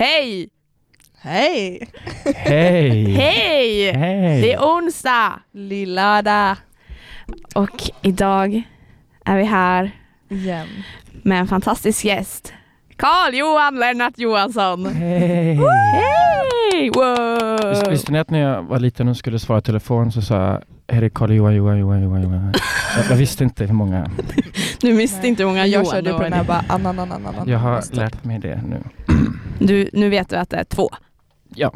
Hej! Hej! Hej! Hej! Hej! Det är onsdag Lillada! och idag är vi här Igen. med en fantastisk gäst. Karl-Johan Lennart Johansson. Hej! Hej! Visst, Wow! visste ni att när jag var liten och skulle svara i telefon så sa jag Här är Karl Johan, Johan, Johan, Johan, Johan. Jag, jag visste inte hur många. Du visste inte hur många Jag Johan körde det på var den här nu. bara anan, anan, anan. Jag har lärt mig det nu. Du, nu vet du att det är två. Ja.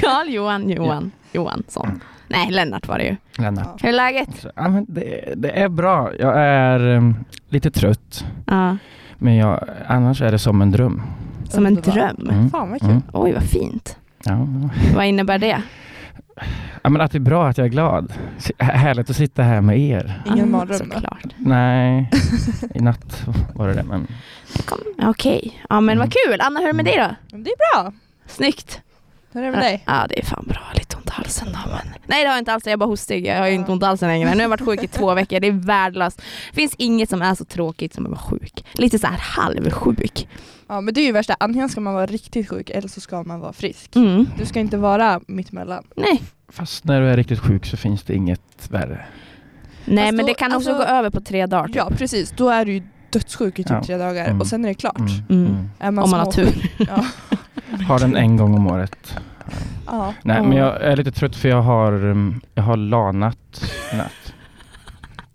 Karl-Johan Johan Johansson. Nej, Lennart var det ju. Lennart. Hur är läget? Så, Ja, men det, det är bra. Jag är em, lite trött, Ja, men jag, annars är det som en dröm. som en Underbart. dröm. Mm. Fan vad kul. Mm. Oj, vad fint. Ja. Vad innebär det? ja, men att det är bra att jag är glad. S- Härligt att sitta här med er. Ja, Ingen mardröm då? Såklart. Nej, i natt var det det, men Okej, ja men vad Mm. kul. Anna, hur är det med dig då? Men Det är bra. Snyggt. Hur är det med dig? Ja, det är fan bra. Lite ont i halsen då. Men... Nej, det har jag inte alls. Jag är bara hostig. Jag har ju inte ont i halsen längre. Nu har jag varit sjuk i två veckor. Det är värdelöst. Det finns inget som är så tråkigt som att vara sjuk. Lite så här halvsjuk. Ja men det är ju värsta, antingen ska man vara riktigt sjuk eller så ska man vara frisk. Mm. Du ska inte vara mittemellan. Nej, fast när du är riktigt sjuk så finns det inget värre. Nej Fast men då, det kan också alltså- gå över på tre dagar. typ. Ja precis, då är du ju dödssjuk i typ Ja. tre dagar Mm. och sen är det klart. Mm. Mm. Mm. Är man Om man har småsjuk- tur. Ja. Har den en gång om året. ja. Nej, Ja. men jag är lite trött för jag har, um, jag har lanat i natt.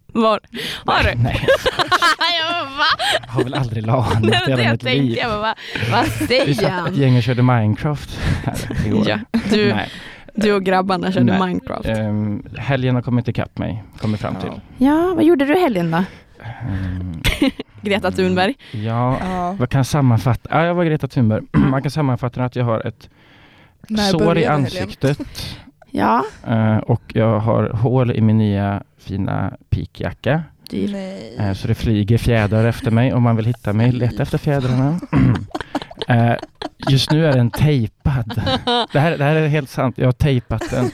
Var? Har du? Nej, jag bara, va? jag har väl aldrig Det lanat i var det hela jag mitt tänkte. liv. Jag bara, va? vad Vi säger satt ett han? gäng och körde Minecraft här igår. Ja, du, Nej, du och grabbarna körde Nej. Minecraft. um, helgen har kommit ikapp mig, kommer fram till. Ja, vad gjorde du i helgen då? Ehm, Greta Mm. Thunberg. ja, ja. vad kan jag sammanfatta? Ja, jag var Greta Thunberg. Man kan sammanfatta att jag har ett När sår i började ansiktet Ja, eh, och jag har hål i min nya fina pikjacka. helgen? dyr. Eh, Nej. Så det flyger fjädrar efter mig. Om man vill hitta mig, leta efter fjädrarna. Eh, Just nu är den tejpad. Det här, det här är helt sant. Jag har tejpat den.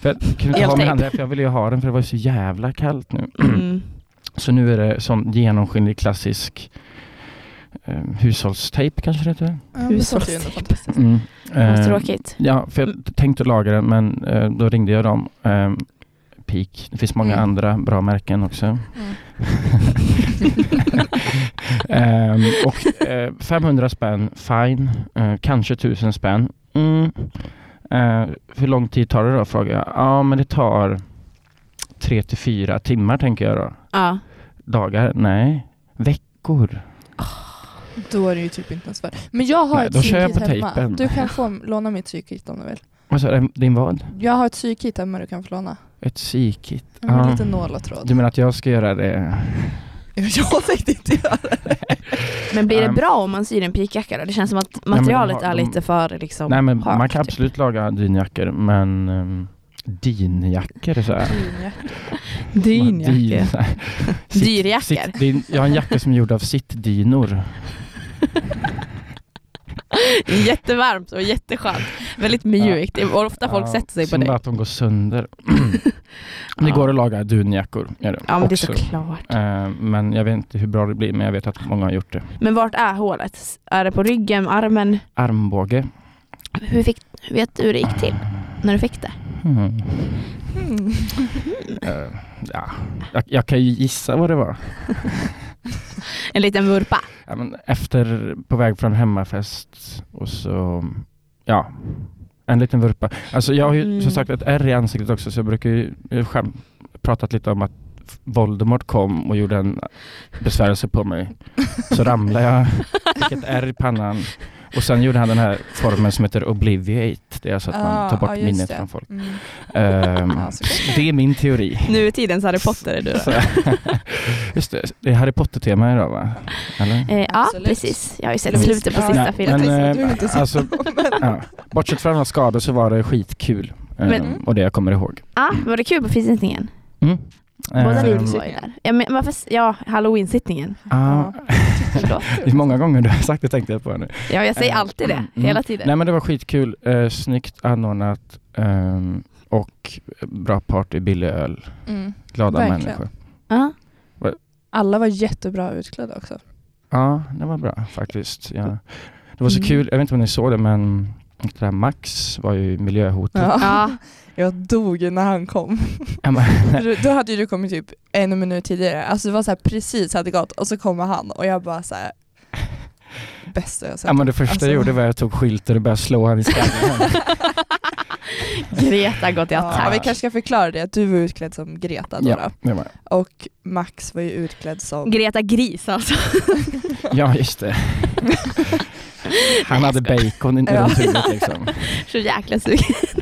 För jag kunde inte ha min hand där, för jag ville ju ha den för det var ju så jävla kallt nu. Mm. Så nu är det sån genomskinlig klassisk eh, hushållstejp kanske det heter. Ja, men sånt är ju Hushållstejp. ändå fantastiskt. Mm. Vad Eh, tråkigt. Ja, för jag tänkte laga den men eh, då ringde jag dem. Eh, Peak. Det finns många Mm. andra bra märken också. Mm. Ehm, och eh, 500 spänn, fine. Eh, kanske 1000 spänn. Mm. Eh, hur lång tid tar det då? Frågar jag. Ja, men det tar tre till fyra timmar tänker jag då. Ja. Dagar? Nej. Veckor? Då är det ju typ inte ens värt. Men jag har Nej, ett då kör jag psykit på hemma. tejpen. Du kan få låna mitt psykit om du vill. Vad sa du? Alltså, eh, Din vad? Jag har ett psykit hemma du kan få låna. Ett psykit? Jag har Ja. lite nål och tråd. Du menar att jag ska göra det? Jag tänkte inte göra det. Men blir det Ehm. bra om man syr en pikjacka då? Det känns som att men de materialet har- är de- lite för liksom Nej, men hårt, man kan typ. absolut laga dynjackor, men um, dinjackor så här. Dynjacka. Dyrjackor. Dyrjackor. Jag har en jacka som är gjord av sittdynor. Jättevarmt och jätteskönt. Väldigt mjukt. Det är ofta folk Ja, sätter sig på synd bara det. att de går sönder. det Ja. går att laga dunjackor. Gör det Ja men det är också. såklart. Eh, men jag vet inte hur bra det blir, men jag vet att många har gjort det. Men vart är hålet? Är det på ryggen, armen? Armbåge. Hur fick, vet du hur det gick till? När du fick det? Mm. Mm. Eh, ja. jag, jag kan ju gissa vad det var. En liten vurpa? Ja, men efter, på väg från hemmafest och så, ja, en liten vurpa. Alltså jag har ju Mm. som sagt ett ärr i ansiktet också, så jag brukar ju jag har skäm, pratat lite om att Voldemort kom och gjorde en besvärelse på mig. Så ramlade jag, fick ett ärr i pannan och sen gjorde han den här formen som heter Obliviate. Det är alltså att man Ah, tar bort ja, just minnet det. från folk. Mm. Ehm, Ja, såklart. det är min teori. Nu är tidens Harry Potter är du då? Så, just det, det är Harry Potter-tema idag va? Eller? Eh, ja Absolut. precis, jag har ju sett Louise, slutet på ja. sista Nej, filmen. men, Det eh, är ju inte så. alltså, ja. Bortsett från alla skador så var det skitkul. eh, Men- och det jag kommer ihåg. Ja, var det kul på filmsittningen? Mm. Båda Ehm, ni var ju där. Ja, men varför, s- ja halloween-sittningen. ja, Förlåt. det är många gånger du har sagt det tänkte jag på nu. Ja, jag säger Eh, alltid det, mm. hela tiden. Nej men det var skitkul, eh, snyggt anordnat ehm, och bra party, billig öl, Mm. glada Verkligen. människor. Ja. Alla var jättebra utklädda också. Ja, det var bra faktiskt. Ja. Det var så Mm. kul, jag vet inte om ni såg det men det där Max var ju miljöhotet. Ja. Ja, Jag dog när han kom. Ja, men- Du- Då hade ju du kommit typ en minut tidigare. Alltså det var så här precis hade gått och så kommer han och jag bara så här. Bästa jag sett. Ja, men det första jag gjorde var att jag tog skylten och började slå han i skallen. Greta går till ja, vi attack. kanske ska förklara det att du var utklädd som Greta då, ja, då. det var. och Max var ju utklädd som Greta Gris alltså. ja, just det. Han hade bacon i- Ja. runt huvudet liksom. Så jäkla sugen.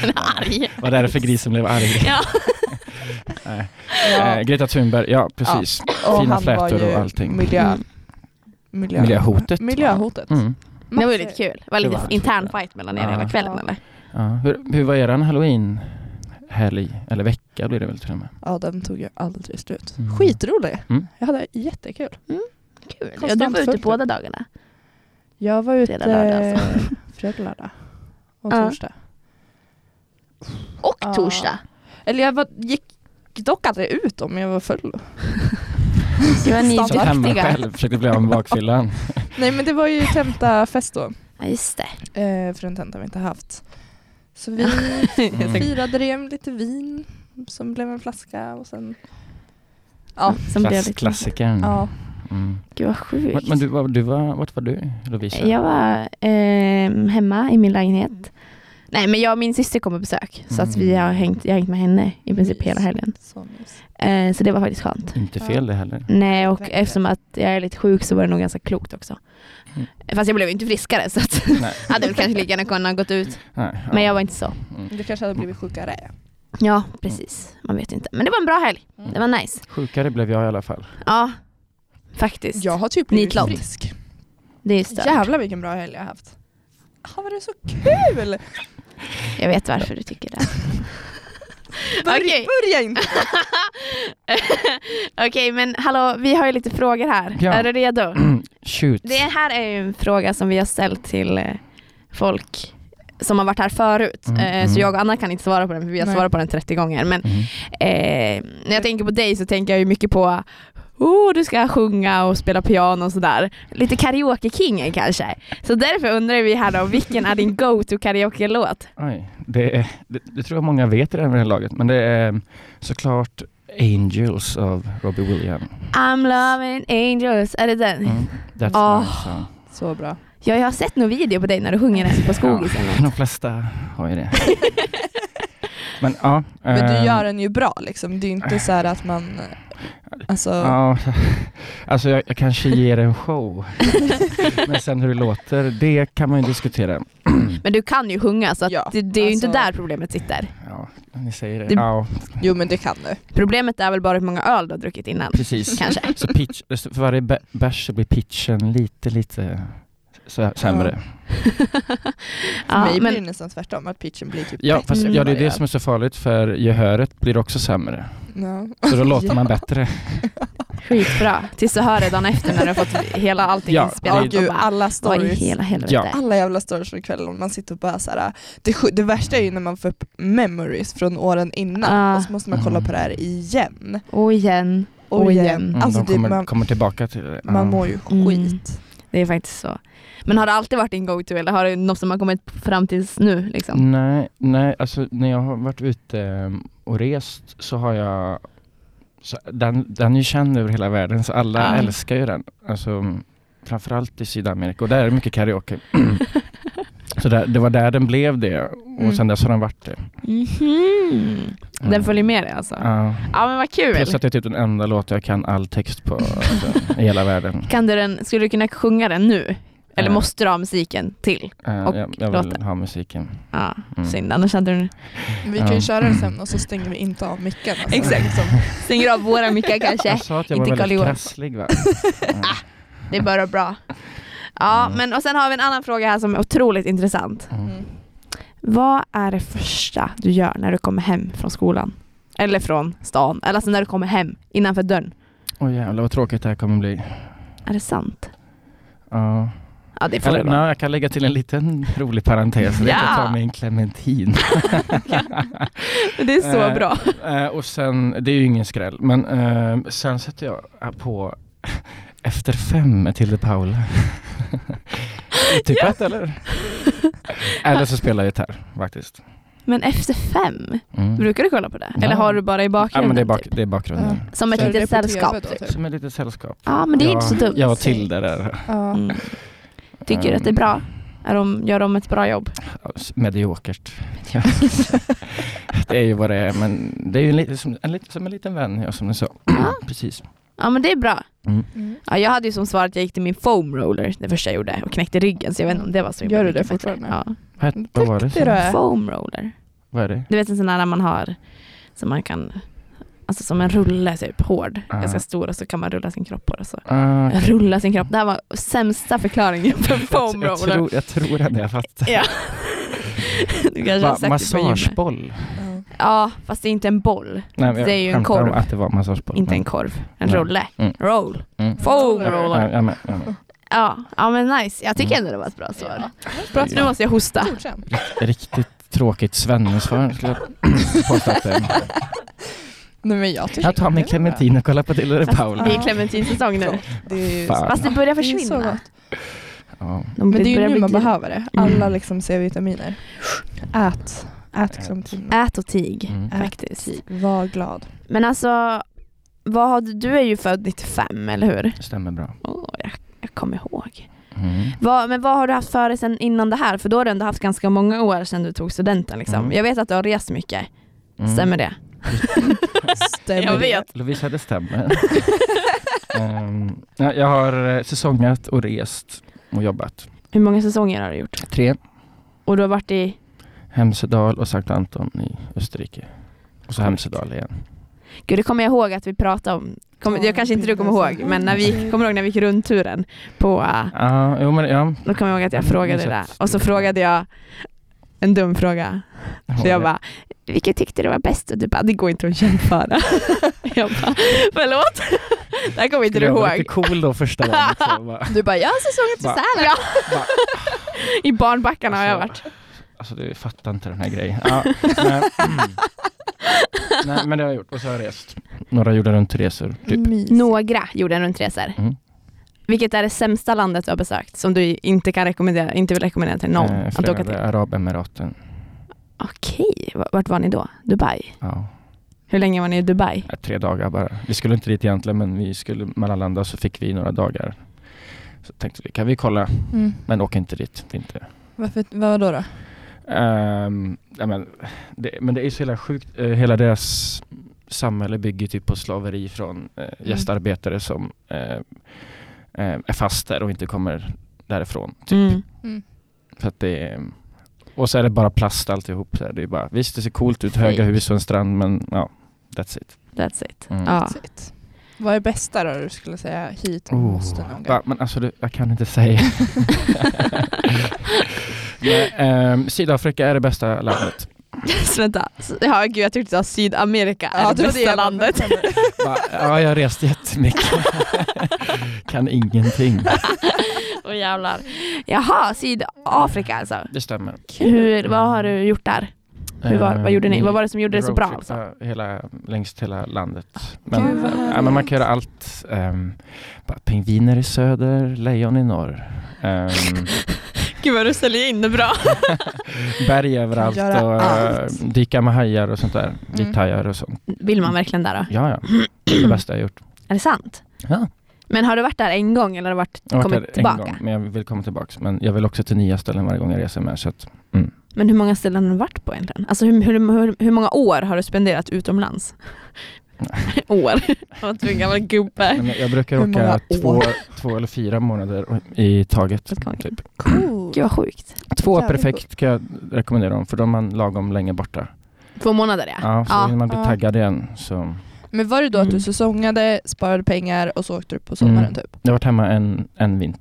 Den är arg. Var därför grisen blev arg. Ja. Nej. Eh, ja, Greta Thunberg, ja precis. och fina han var flätor ju och allting. Miljö, Mm. miljö, Miljöhotet. miljöhotet. Mm. Det var ju lite kul. Det var lite Det var- intern fight mellan er Ja. hela kvällen Ja. eller? Ja. Hur, hur var eran halloween helg? Eller vecka blir det väl till och med? Ja den tog ju aldrig slut. Mm. Skitrolig. Mm. Jag hade jättekul. Kul. Ja, Konstant du var ute fullt. båda dagarna. Jag var ute Fredag, lördag, alltså. fredag, lördag och Ja. torsdag. Och Ja. torsdag. Eller jag var, gick dock aldrig ut om jag var full. Du var Satt Satt hemma nidraktiga. själv, försökte bli av med bakfyllan. Nej men det var ju tentafest då. Ja just det. Eh, för en tenta vi inte haft. Så vi firade det med lite vin som blev en flaska och Mm. sen... Ja. Som blev liksom- Klass, lite- Klassikern. Ja. Mm. Gud vad sjukt. Vart- Men du, var, du var, vart var du Lovisa? Jag var ehm, hemma i min lägenhet. Nej men jag och min syster kom på besök. Så att vi Mm. har hängt, jag har hängt med henne i princip hela helgen. Så mys. Eh, så det var faktiskt skönt. Inte fel det heller. Nej och Verkligen. eftersom att jag är lite sjuk så var det nog ganska klokt också. Mm. Fast jag blev ju inte friskare så att Nej. hade väl kanske lika gärna kunnat gått ut. Nej, ja. Men jag var inte så. Mm. Du kanske hade blivit sjukare. Ja precis, man vet inte. Men det var en bra helg. Mm. Det var nice. Sjukare blev jag i alla fall. Ja, faktiskt. Jag har typ blivit Nitlott. frisk. Det är stört. Jävlar vilken bra helg jag har haft. Ah, Har varit så kul! Jag vet varför du tycker det. Börja, Okej. börja inte! Okej men hallå, vi har ju lite frågor här. Ja. Är du redo? Shoot. Det här är ju en fråga som vi har ställt till eh, folk som har varit här förut. Mm, Eh, mm. Så jag och Anna kan inte svara på den för vi har Nej. svarat på den 30 gånger. Men Mm. eh, när jag tänker på dig så tänker jag ju mycket på Oh, du ska sjunga och spela piano och sådär. Lite karaoke-kingen kanske. Så därför undrar vi här då, vilken är din go-to karaoke-låt? Oj, det, är, det, det tror jag många vet redan vid det här laget, men det är eh, såklart Angels av Robbie Williams. I'm loving angels, är det den? Mm. That's Åh. Ah, my song. Så bra. Ja, jag har sett någon video på dig när du sjunger den på skogis. eller något. De flesta har ju det. men ja. Men ehm, du gör den ju bra liksom. Det är ju inte så här att man... eh, Alltså... Ja, alltså jag, jag kanske ger en show. Men sen hur det låter, det kan man ju diskutera. Men du kan ju sjunga så att Ja, det, det är ju inte alltså- där problemet sitter. Ja, ni säger det. Det- Ja, Jo men det kan du. Problemet är väl bara hur många öl du har druckit innan. precis. Kanske. Så pitch, för varje bä- bärs så blir pitchen lite, lite sä- sämre. För ja, mig blir men, det nästan tvärtom, att pitchen blir typ Ja, fast, Mm. ja, det är det som är så farligt för gehöret blir också sämre. Ja. Så då låter man bättre. skitbra. Tills du hör det dagen efter när du har fått hela allting Ja, Ja, inspelat. det- och gud, bara, alla vad i stories. hela helvete. Ja. Alla jävla stories från kvällen, man sitter och bara såhär, det, sj- det värsta är ju när man får upp memories från åren innan Ah. och så måste man kolla Mm. på det här igen Och igen. och, Och igen. igen. Mm, Mm, Alltså de det, kommer, man, kommer tillbaka till det. Ja. man mår ju Mm. skit. Det är faktiskt så. Men har det alltid varit din go-to eller har det något som har kommit fram tills nu? Liksom? Nej, nej, alltså när jag har varit ute ehm, och rest så har jag så den, den är ju känd över hela världen så alla Ja. älskar ju den. Alltså, mm, framförallt i Sydamerika och där är det mycket karaoke. så där, det var där den blev det och Mm. sen dess har den varit det. Mhm. Mm. Den följer med dig alltså? Ja, Ja. men vad kul. Plus att det är typ den enda låt jag kan all text på alltså, i hela världen. Kan du den, skulle du kunna sjunga den nu? Eller Eh. måste du ha musiken till? Eh, Och jag, jag vill låten. ha musiken. Ja, Mm. synd. Annars hade du Vi kan ju Ja. köra det sen och så stänger vi inte av micken. Alltså. Exakt. Liksom. stänger av våra mickar kanske. Jag sa att jag var inte Karl väldigt Johan. krasslig va? Mm. Det är bara bra. Ja, Mm. men och sen har vi en annan fråga här som är otroligt intressant. Mm. Mm. Vad är det första du gör när du kommer hem från skolan? Eller från stan? Eller alltså när du kommer hem innanför dörren? Åh jävlar vad tråkigt det här kommer bli. Är det sant? Ja. Ja, det får Eller, det vara. nej, jag kan lägga till en liten rolig parentes. Det är att Jag Ja. tar mig en clementin. Det är så Eh, bra. Eh, och sen, det är ju ingen skräll, men eh, sen sätter jag på Efter fem med Tilde Paula. Otippat typ eller? Eller så spelar jag gitarr faktiskt. Men efter fem, Mm. brukar du kolla på det? Ja. Eller har du bara i Ja bakgrunden? men det är, bak, typ? det är bakgrunden. Som ett Kör det litet på TV sällskap? då, typ. typ. Som ett litet sällskap. Ja men det är inte så dumt. Jag och Tilde där. Mm. Ja. Mm. Tycker du att det är bra? Är de, gör de ett bra jobb? Mediokert. det är ju vad det är, men det är ju en, liten- som, en, liten- som en liten vän, ja, som du sa. Ja. Precis. Ja men det är bra. Mm. Ja, jag hade ju som svar att jag gick till min foam roller det första jag gjorde och knäckte ryggen så jag vet inte om det var så himla Gör du mycket det fortfarande? bättre. Ja. Vad, vad var det? Tyckte du som- det? Foam roller. Vad är det? Du vet en sån där man har som man kan Alltså som en rulle typ, hård, Ja. ganska stor och så kan man rulla sin kropp på det så. Ah, okej. Rulla sin kropp, det här var sämsta förklaringen för foam jag, roller. tror, jag tror ändå jag fattar. Ja. Du kanske har Va, sett det på gymmet. massageboll? Ja. Ja, fast det är inte en boll, Nej, men jag Det är ju en skämtar om korv. att det var massageboll. inte men- en korv, en Nej. rulle. Mm. Roll. Mm. Foam Ja, roller. Ja, ja, men, ja, men. Ja, ja men nice. Jag tycker Mm. ändå det var ett bra svar. Alltså, Bra Nu måste jag hosta. Godkänt. Riktigt tråkigt svennesvar skulle jag påstå att det är. Nej men jag tycker Jag tar min det är bra. clementin och kollar på Tilde och Paul. Det är clementinsäsong nu. Det är ju Fan. Fast Alltså, det börjar Det är så försvinna. gott. Ja. Men det är ju nu man behöver det. Alla Mm. liksom C-vitaminer. Ät. Ät clementiner. Ät och tig, Mm. faktiskt. Var glad. typ. Men alltså, vad har du, du är ju född 95, eller hur? Stämmer bra. Åh, jag, jag kommer ihåg. Mm. Vad, men vad har du haft för dig sen innan det här? För då har du ändå haft ganska många år sedan du tog studenten. Liksom. Mm. Jag vet att du har rest mycket, Mm. stämmer det? Stämmer Jag vet. Lovisa, det stämmer. Mm. Ehm, ja, jag har eh, säsongat och rest och jobbat. Hur många säsonger har du gjort? Tre. Och du har varit i... Hemsedal och Sankt Anton i Österrike. Och så Hemsedal igen. Gud, det kommer jag ihåg att vi pratade om. Kommer, Ja, jag kanske inte du kommer bilder, ihåg, så. men när vi, kommer du ihåg när vi gick rundturen på... äh, Ja, jo men ja. Då kommer jag ihåg att jag frågade det där. Och så frågade jag en dum fråga. Så jag bara, vilket tyckte du var bäst? Och du bara, det går inte att jämföra. jag bara, förlåt? Det här kommer inte Skulle du jag vara ihåg. lite cool då första gången? Så bara, Du bara, jag har säsongen till Va? sär. Ja. I barnbackarna har jag varit. alltså du fattar inte den här grejen. Ja, men, nej men det har jag gjort. Och så har jag rest. Några jorden runt-resor. Mm, Typ. Mys. Några gjorde en rundresor. Mm. Vilket är det sämsta landet du har besökt som du inte kan rekommendera, inte vill rekommendera till någon Eh, att åka till? Förenade Arabemiraten. Okej, v- vart var ni då? Dubai? Ja. Hur länge var ni i Dubai? Ja, Tre dagar bara. Vi skulle inte dit egentligen men vi skulle mellanlanda så fick vi några dagar. Så tänkte vi, kan vi kolla? Mm. Men åk inte dit. Det är inte. Varför, vad då? då? Ehm, ja, men, det, men det är så hela sjukt. Eh, hela deras samhälle bygger typ på slaveri från eh, gästarbetare som eh, eh, är fast där och inte kommer därifrån. Typ. Mm. För att det är, och så är det bara plast alltihop. Så här. Det är bara, visst, det ser coolt ut, höga Fake. hus och en strand men ja, that's it. That's it. Mm. Ja. Sitt. Vad är bästa då du skulle säga hit Oh. måste någon gång? Va, men alltså, det, jag kan inte säga. Nej, ehm, Sydafrika är det bästa landet. Så Vänta, Så- ja, gud jag tyckte att Sydamerika är Ja, det det var det bästa jag var- landet. Va, ja, jag har rest jättemycket. kan ingenting. Åh jävlar. Jaha, Sydafrika alltså. Det stämmer. Hur, vad har du gjort där? Hur var, vad gjorde ni? Vad var det som gjorde det så bra? Alltså? Ah, Roadtrippa Hela, längs hela landet. Gud, Men, vad ja, men man kan göra allt. ehm, bara pingviner i söder, lejon i norr. ehm, Gud vad du säljer in det bra. berg överallt och göra eh, allt. dyka med hajar och sånt Mm. där. Vithajar och sånt. Vill man verkligen där då? Ja, ja. Det bästa jag gjort. Är det sant? Ja. Men har du varit där en gång eller har du varit, Jag har varit kommit där en tillbaka? gång, men jag vill komma tillbaka. Men jag vill också till nya ställen varje gång jag reser med. Så att, Men hur många ställen har du varit på egentligen? Alltså hur, hur, hur, hur många år har du spenderat utomlands? år? Jag var tvungen att vara Nej, gubbe. men jag brukar Hur många åka två, år? två eller fyra månader i taget. Åt gången. Typ. Cool. Gud vad sjukt. Två Jävligt perfekt kan jag rekommendera dem, för då är man lagom länge borta. Två månader ja. Ja, så innan man blir Ah, Ja. taggad igen. Så. Men var det då att Mm. du säsongade, sparade pengar och så åkte du på sommaren Mm. typ? Jag har varit hemma en, en, vin,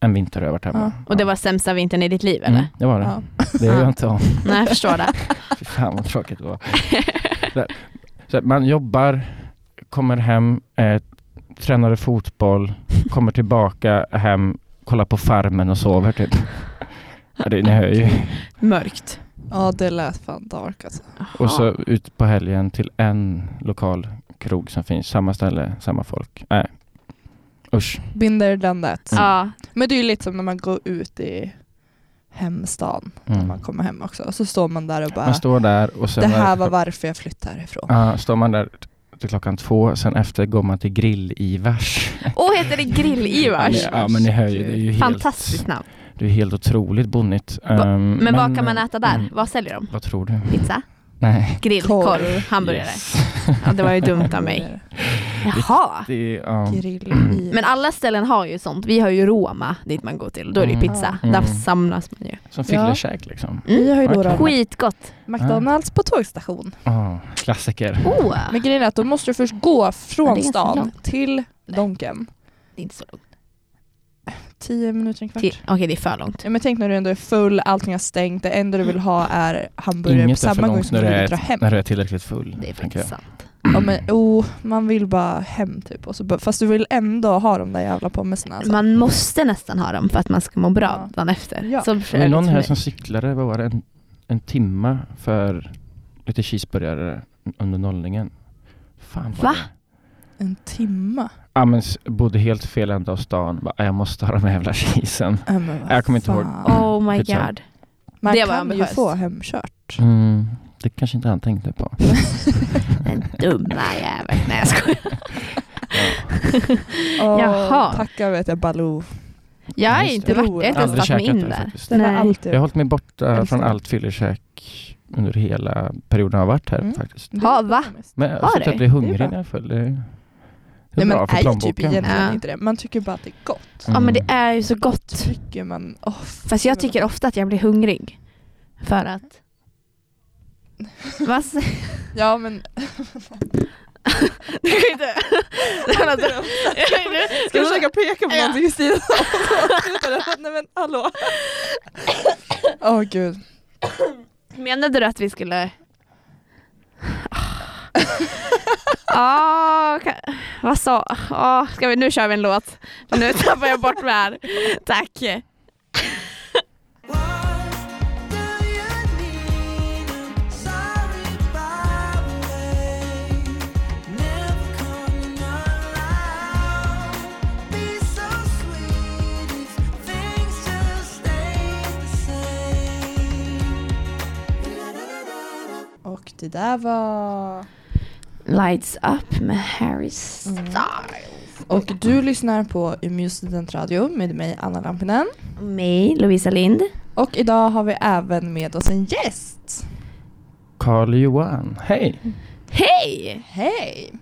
en vinter. har Jag varit hemma. Ja. Och det var sämsta vintern i ditt liv Mm, eller? det var det. Ja. Det gör Ja. jag inte om. Nej jag förstår det. Fy fan vad tråkigt det var. Så här, så här, man jobbar, kommer hem, eh, tränade fotboll, kommer tillbaka hem, kollar på Farmen och sover typ. Ja, det, ni hör ju. Mörkt. Ja det lät fan dark alltså. Och så ut på helgen till en lokal krog som finns, samma ställe, samma folk. Nej. Usch. Been there, done that. Ja, Men det är ju lite som när man går ut i hemstaden när Mm. man kommer hem också. Så står man där och bara, Man står där och sen... det här var var varför jag flyttade härifrån. Ja, står man där till klockan två, sen efter går man till grill-Ivars. Och heter det Grill-Ivars? Ja men ni hör ju, det är ju helt, Fantastiskt namn. det är helt otroligt bonnigt. Va- Ehm, Men vad kan man eh, äta där? mm, Vad säljer de? Vad tror du? Pizza? Nej. Grill? Korv. Korv? hamburgare? Yes. Ja, det var ju dumt av mig. Jaha! Det är, ja. Mm. Grill i. Men alla ställen har ju sånt. Vi har ju Roma dit man går till. Då är det ju Mm. pizza. Ja. Där Mm. samlas man ju. Mm. Som Ja. fyllekäk liksom. vi har ju då Skit. då Skitgott! McDonalds på tågstation. Ja, klassiker. Oh. Men grejen är att då måste du först gå Ja, från det är ganska stan långt. till Donken. Det är inte så långt. Tio minuter, en kvart. Till- Okej, det är för långt. Ja, men tänk när du ändå är full, allting har stängt, det enda du vill ha är hamburgare på Inget är för samma gång långt som när du du vill är, dra hem. när du är tillräckligt full. Det är tänker jag. faktiskt sant. Ja, men, oh, man vill bara hem typ. Och så, bara- fast du vill ändå ha de där jävla pommesarna. Alltså. Man måste nästan ha dem för att man ska må bra Ja. dagen efter. Ja. Så Det var någon här här som cyklade, vad var det, en, en timma för lite cheeseburgare under nollningen. Fan vad Va? det- En timma? Ja men s- bodde helt fel ända av stan. Bara, "Äh, jag måste ha de här jävla cheesen. Ja, men vad Jag kommer inte ihåg. fan. Oh my Pizza. god. Man det var kan ju ambitiöst. få hemkört. Mm, det kanske inte han tänkte på. Den dumma jäveln. Nej jag skojar. Åh, Jaha. Tacka vet jag Baloo. Jag har Just det. inte varit, jag har inte ens Aldrig tagit mig käkat in det där. faktiskt. Den har Nej. alltid... Jag har hållit mig borta Älskar från det. allt fyllekäck under hela perioden jag har varit här Mm. faktiskt. Ja, va? Men alltså, jag Har har du? inte blir Det är hungrig bra. när jag är full. Det är, det är Nej, men bra för är ju typ plånboken. egentligen Ja. inte det. Man tycker bara att det är gott. Ja men Mm. det är ju så gott. Tycker man... Oh, Fast jag tycker ofta att jag blir hungrig. För att... Vad säger Ja men... du? Alltså, kan inte- Ska jag försöka peka på Ja. någonting Kristina? Nej men hallå. Åh gud. Menade du att vi skulle... Ah, ka- vad sa... Ah, ska vi, nu kör vi en låt. Nu tappar jag bort mig här. Tack. Och det där var... Lights up med Harry Styles. Och du lyssnar på Umeå studentradio med mig Anna Lampinen. Mig, Lovisa Lind. Och idag har vi även med oss en gäst. Carl Johan, hej! Hej! Hej!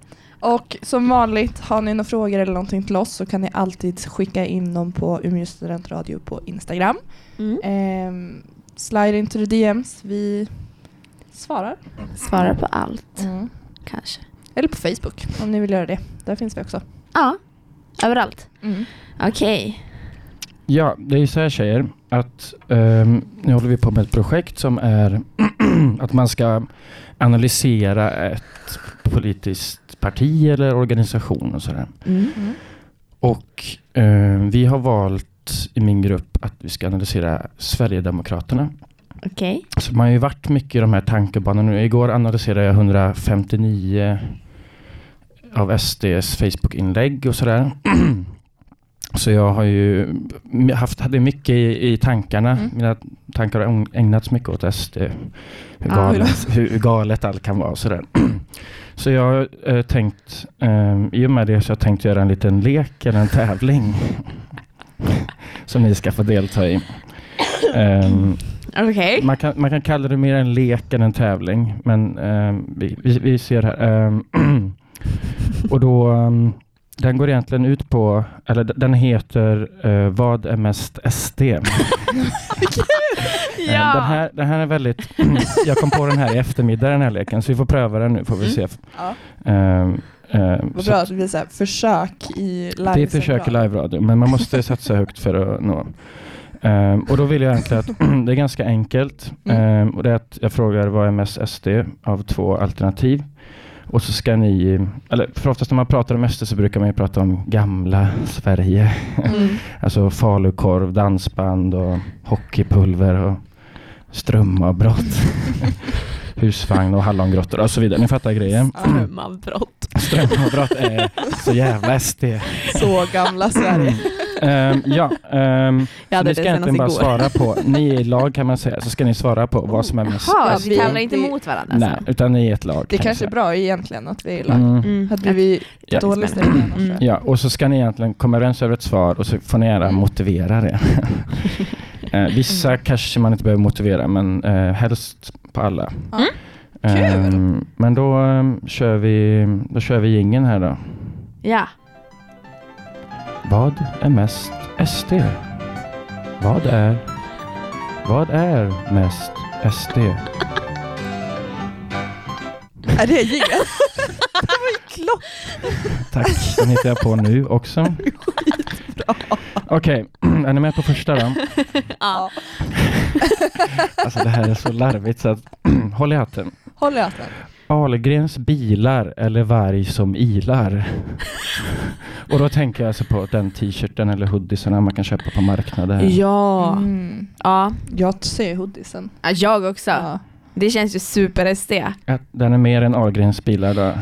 Och som vanligt, har ni några frågor eller någonting till oss så kan ni alltid skicka in dem på Umeå studentradio på Instagram. Mm. Ehm, slide into the DMs, vi svarar. Svarar på allt kanske. Eller på Facebook om ni vill göra det. Där finns vi också. Ja, överallt. Okej. Ja, det är ju så här tjejer att ehm, nu håller vi på med ett projekt som är att man ska analysera ett politiskt parti eller organisation och sådär. Mm. Och ehm, vi har valt i min grupp att vi ska analysera Sverigedemokraterna. Okej. Så man har ju varit mycket i de här tankebanorna nu. Igår analyserade jag 159 av SDs Facebook-inlägg och sådär. Så jag har ju m- haft, hade mycket i, i tankarna. Mm. Mina tankar har ägn- ägnats mycket åt SD. Hur Ah. galet, hur galet allt kan vara och sådär. Så jag har eh, tänkt, eh, i och med det så har jag tänkt göra en liten lek eller en tävling. som ni ska få delta i. Ehm, Okej. man kan, man kan kalla det mer en lek än en tävling, men ehm, vi, vi, vi ser här. Ehm, och då, ehm, den går egentligen ut på, eller d- den heter eh, Vad är mest SD? Ehm, Eh, den, här, den här är väldigt, jag kom på den här i eftermiddag den här leken, så vi får pröva den nu får vi se. Ja. Ehm, ehm, Vad så bra att vi säger försök i live. det är försök i live-radio, men man måste satsa högt för att nå. Ehm, och då vill jag egentligen att, det är ganska enkelt, Mm. Ehm, och det är att jag frågar vad är mest SD av två alternativ. Och så ska ni, eller för oftast när man pratar om SD så brukar man ju prata om gamla Sverige. Mm. Alltså falukorv, dansband och hockeypulver och strömavbrott. Husvagn och hallongrottor och så vidare. Ni fattar grejen. Strömavbrott. Strömavbrott är så jävla SD. Så gamla Sverige. Ehm, ja, ehm, Jag så hade det ni ska senast egentligen bara igår. svara på, ni är i lag kan man säga, så ska ni svara på vad som är mest. Jaha, SD. vi tävlar inte Det- mot varandra Nej, alltså? utan ni är ett lag. Det kan kanske är jag bra egentligen att vi är i säga. lag. Mm. Mm. Hade vi Ja. dålig Spännande. stämning annars? Mm. ja. Ja, och så ska ni egentligen komma överens över ett svar och så får ni gärna motivera det. Eh, Vissa kanske man inte behöver motivera, men eh, helst på alla. Mm. Ehm, men då eh, kör vi, då kör vi jingeln här då. Ja. Vad är mest SD? Vad är, vad är mest SD? Mm. Är det givet? det var ju klock. Tack, den hittar jag på nu också. Okej, är ni med på första då? Ja. Alltså det här är så larvigt så att, håll i hatten. Håll i hatten. Ahlgrens bilar eller varg som ilar. Och då tänker jag alltså på den t-shirten eller hoodiesarna man kan köpa på marknaden. Ja. Mm. ja. Jag ser hoodiesen. Ja, Jag också. Ja. Det känns ju super-SD. Att Den är mer än Ahlgrens bilar då.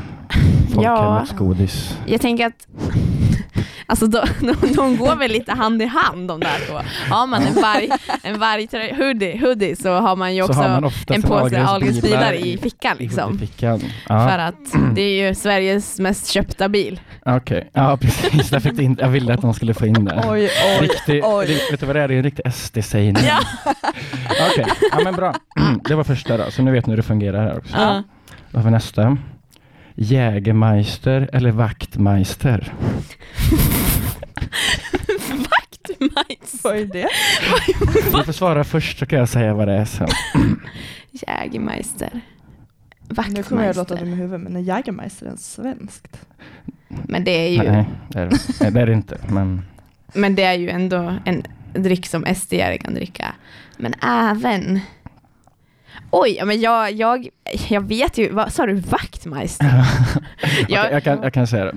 Folkhemmets Ja. godis. Jag tänker att Alltså de, de, de går väl lite hand i hand de där två. Har man en varg, en vargtröja, hoodie, hoodie så har man ju Så också har man oftast en påse Ahlgrens bilar i fickan i liksom. fickan. För Ja, att det är ju Sveriges mest köpta bil. okej. Ja, precis. Jag, fick in, jag ville att någon skulle få in det. Oj, oj, Eh, Riktig, oj. vet du vad det är? Det är en riktig SD-sägning. Ja. Okej, ja men bra. Mm. Det var första då, så nu vet ni hur det fungerar här också. Ja. Då har vi nästa. Jägermeister eller vaktmeister? Vaktmajs. Vad är det? Du får svara först så kan jag säga vad det är sen. Jägermeister. Nu kommer jag låta Vaktmeister. dem i huvudet, men är Jägermeister ens svenskt? Men det är ju, Nej, det är det, nej, det, är det inte. Men men det är ju ändå en dryck som sd kan dricka. Men även Oj, ja, men jag, jag, jag vet ju, vad sa du, vaktmeister? jag, jag, kan, jag kan säga det.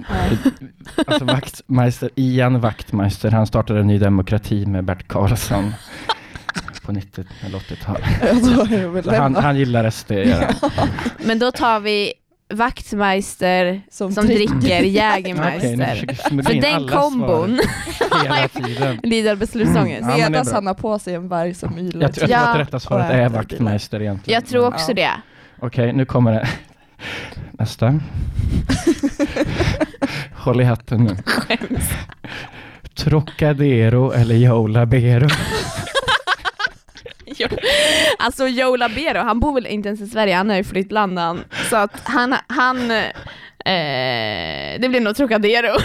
Alltså vaktmeister, Ian Vaktmeister, han startade en ny demokrati med Bert Karlsson på 90 eller 80-talet. Jag tror jag vill Så Han, lämna. han gillar SD. Ja. Men då tar vi vaktmeister som dricker Okej, ni Jägermeister. försöker smugga För in den alla svar kombon hela tiden. lider av beslutsångest. Ja, men det är Medan bra. han har på sig en varg som ylar. Jag, tror- jag tror Ja. att det rätta svaret Ja, är jag tror vaktmeister egentligen. Jag tror också Ja. det. Okej, nu kommer det. Nästa. Håll i hatten nu. Trocadero eller Jolabero? Jo. Alltså Joe Labero, han bor väl inte ens i Sverige, han har ju flytt land han. Så att han, han eh, det blir nog Trocadero.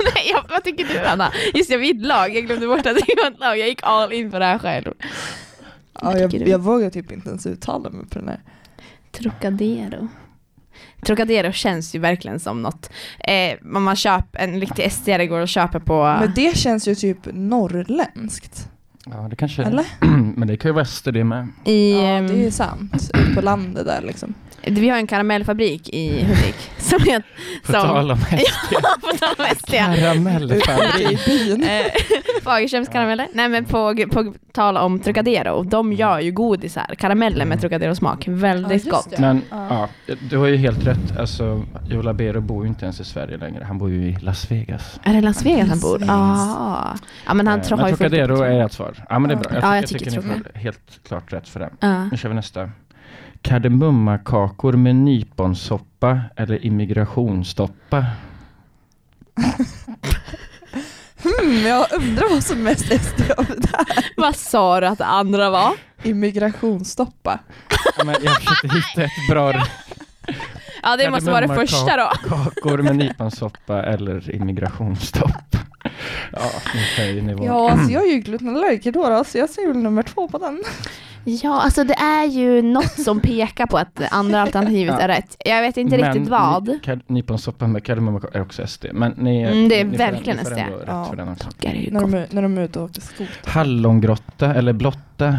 Nej, jag, vad tycker du Anna? Just det, vi är ett lag, jag glömde bort att det var ett lag, jag gick all in på det här själv. Ja, jag, Tycker du? jag vågar typ inte ens uttala mig på den här. Trocadero. Trocadero känns ju verkligen som något, eh, om man köper, en riktig SDare går och köper på... Men det känns ju typ norrländskt. Ja, det kanske Eller? Men det kan ju vara SD det med. I, Ja, ehm, det är ju sant. Ut på landet där liksom. Vi har en karamellfabrik i Hudik som heter... På Som- tal om SD. på tal om SD. Ute i Karamellfabrik. byn. Eh, Fagerströms karameller. Nej men på, på tal om Trocadero, de gör ju godisar, karameller med Trocadero-smak. Väldigt Ja, just gott. det. Men ja. Ja. du har ju helt rätt. Alltså, Jolabero bor ju inte ens i Sverige längre. Han bor ju i Las Vegas. Är det Las Vegas han bor? Precis. Ah. Ja men han Eh, tro- har ju fullt Trocadero upp liksom. med- är rätt svar. Ja, men det är bra. Ja, jag ty- tycker ni får helt klart rätt för det. Ja. Nu kör vi nästa. Kardemummakakor med nyponsoppa eller immigrationstoppa? Mm, jag undrar vad som mest är SD av det där. Vad sa du att det andra var? Immigrationsstoppa. Ja, men jag försökte hitta ett bra Ja det måste vara det första då. kakor med nyponsoppa eller immigrationstoppa. Ja, nu höjer nivån. Ja, alltså jag är ju glutenallergiker då, då, så jag ser väl nummer två på den. Ja alltså det är ju något som pekar på att det andra alternativet Ja. är rätt. Jag vet inte riktigt ny- vad. kad- Nyponsoppa med kardemummakakor är också SD. Men ni, Mm, det är ni verkligen får, SD. ni får ändå rätt Ja. för den också. Det är ju När de, gott. är- när de är ute och åker skoter. Hallongrotta eller blotta?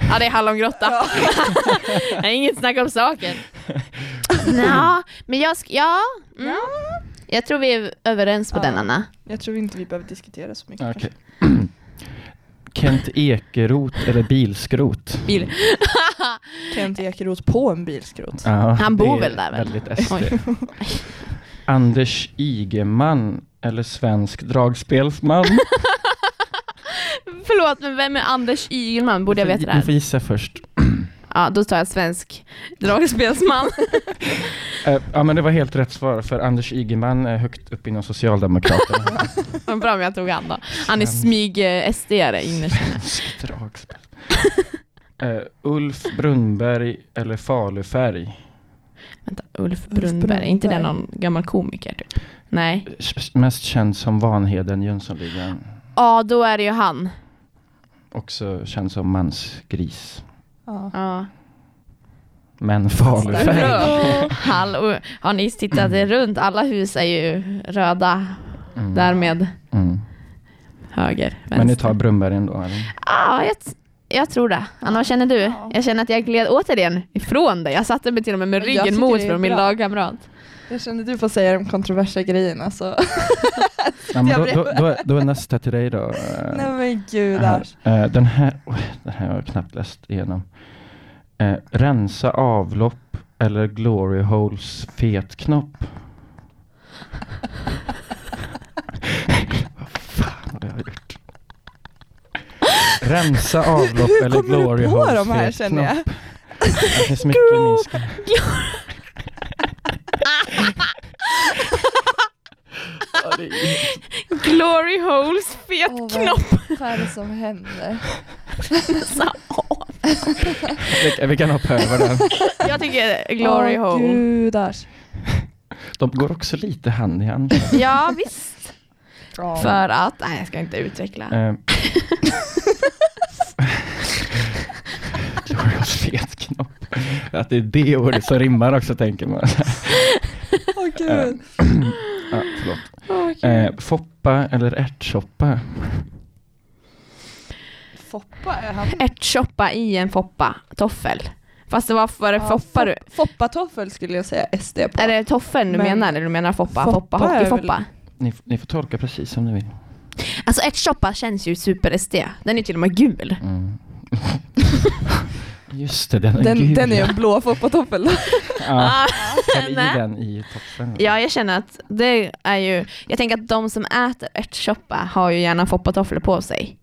Ja det är hallongrotta. det är inget snack om saken. Nja, men jag sk- ja. Mm. Jag tror vi är överens på Ja. den Anna. Jag tror inte vi behöver diskutera så mycket. Okej. Kent Ekeroth eller bilskrot? Bil. Kent Ekeroth på en bilskrot. Ja, Han bor det är väl där, väl? Väldigt SD. Oj. Anders Igeman eller svensk dragspelsman? Förlåt, men vem är Anders Ygeman? Borde jag veta det Ni här? får gissa först. Ja, då tar jag svensk dragspelsman. Eh, ja men det var helt rätt svar för Anders Ygeman är högt upp inom Socialdemokraterna. Vad bra om jag tog han då. Han är Svensk. smyg-SD-are innerst inne. Svensk dragspel. Eh, Ulf Brunnberg eller Falufärg? Vänta, Ulf Brunnberg, Brunnberg. är inte det någon gammal komiker? Typ? Nej. S- Mest känd som Vanheden Jönssonligan. Ja, då är det ju han. Också känd som mansgris. Ja. Ja. Men Bra. Falufärg. Hallå. Har ni tittat er runt? Alla hus är ju röda. Mm, Därmed mm. höger, vänster. Men ni tar Brunnberg ändå? eller? Ja, jag, t- jag tror det. Anna, vad känner du? Ja. Jag känner att jag gled återigen ifrån dig. Jag satte mig till och med med Men jag ryggen tycker mot det är från min bra. lagkamrat. Jag kände du får säga de kontroversiella grejerna så. Ja, men då, då, då, är- då är nästa till dig då. eh, Nej men gud Här, Lars. eh, den här, oj, den här har jag knappt läst igenom. Eh, rensa avlopp eller glory holes fetknopp. Vad fan har jag gjort? Rensa avlopp Hur eller kommer du glory på holes de här, känner jag? fetknopp. Det finns mycket i min sk- Ja, det är inte- Glory holes fet Åh, vad- knopp. Vad är det som händer? vi, vi kan hoppa över den. Jag tycker glory Åh, hole. gudars. De går också lite hand i hand. Ja, visst. Bra. För att... Nej, jag ska inte utveckla. Eh. Glory holes fetknopp. Att det är det ordet som rimmar också tänker man. Eh, Åh gud. Ja, förlåt. Åh, gud. Eh, foppa eller ärtsoppa? Foppa är han. Ärtsoppa i en foppa. Toffel. Fast det var före Ja, foppa du... Foppatoffel skulle jag säga SD på. Är det toffeln du Men- menar? Eller du menar foppa? Foppa Foppa, är väl- hockeyfoppa? Ni, f- ni får tolka precis som ni vill. Alltså ärtsoppa känns ju super-SD. Den är till och med gul. Mm. Just det, den är Den, gul. den är ju en blå foppatoffel. Ja, Ah, häll i nej. den i toppen. Ja, jag känner att det är ju... Jag tänker att de som äter ärtsoppa har ju gärna foppatofflor på sig.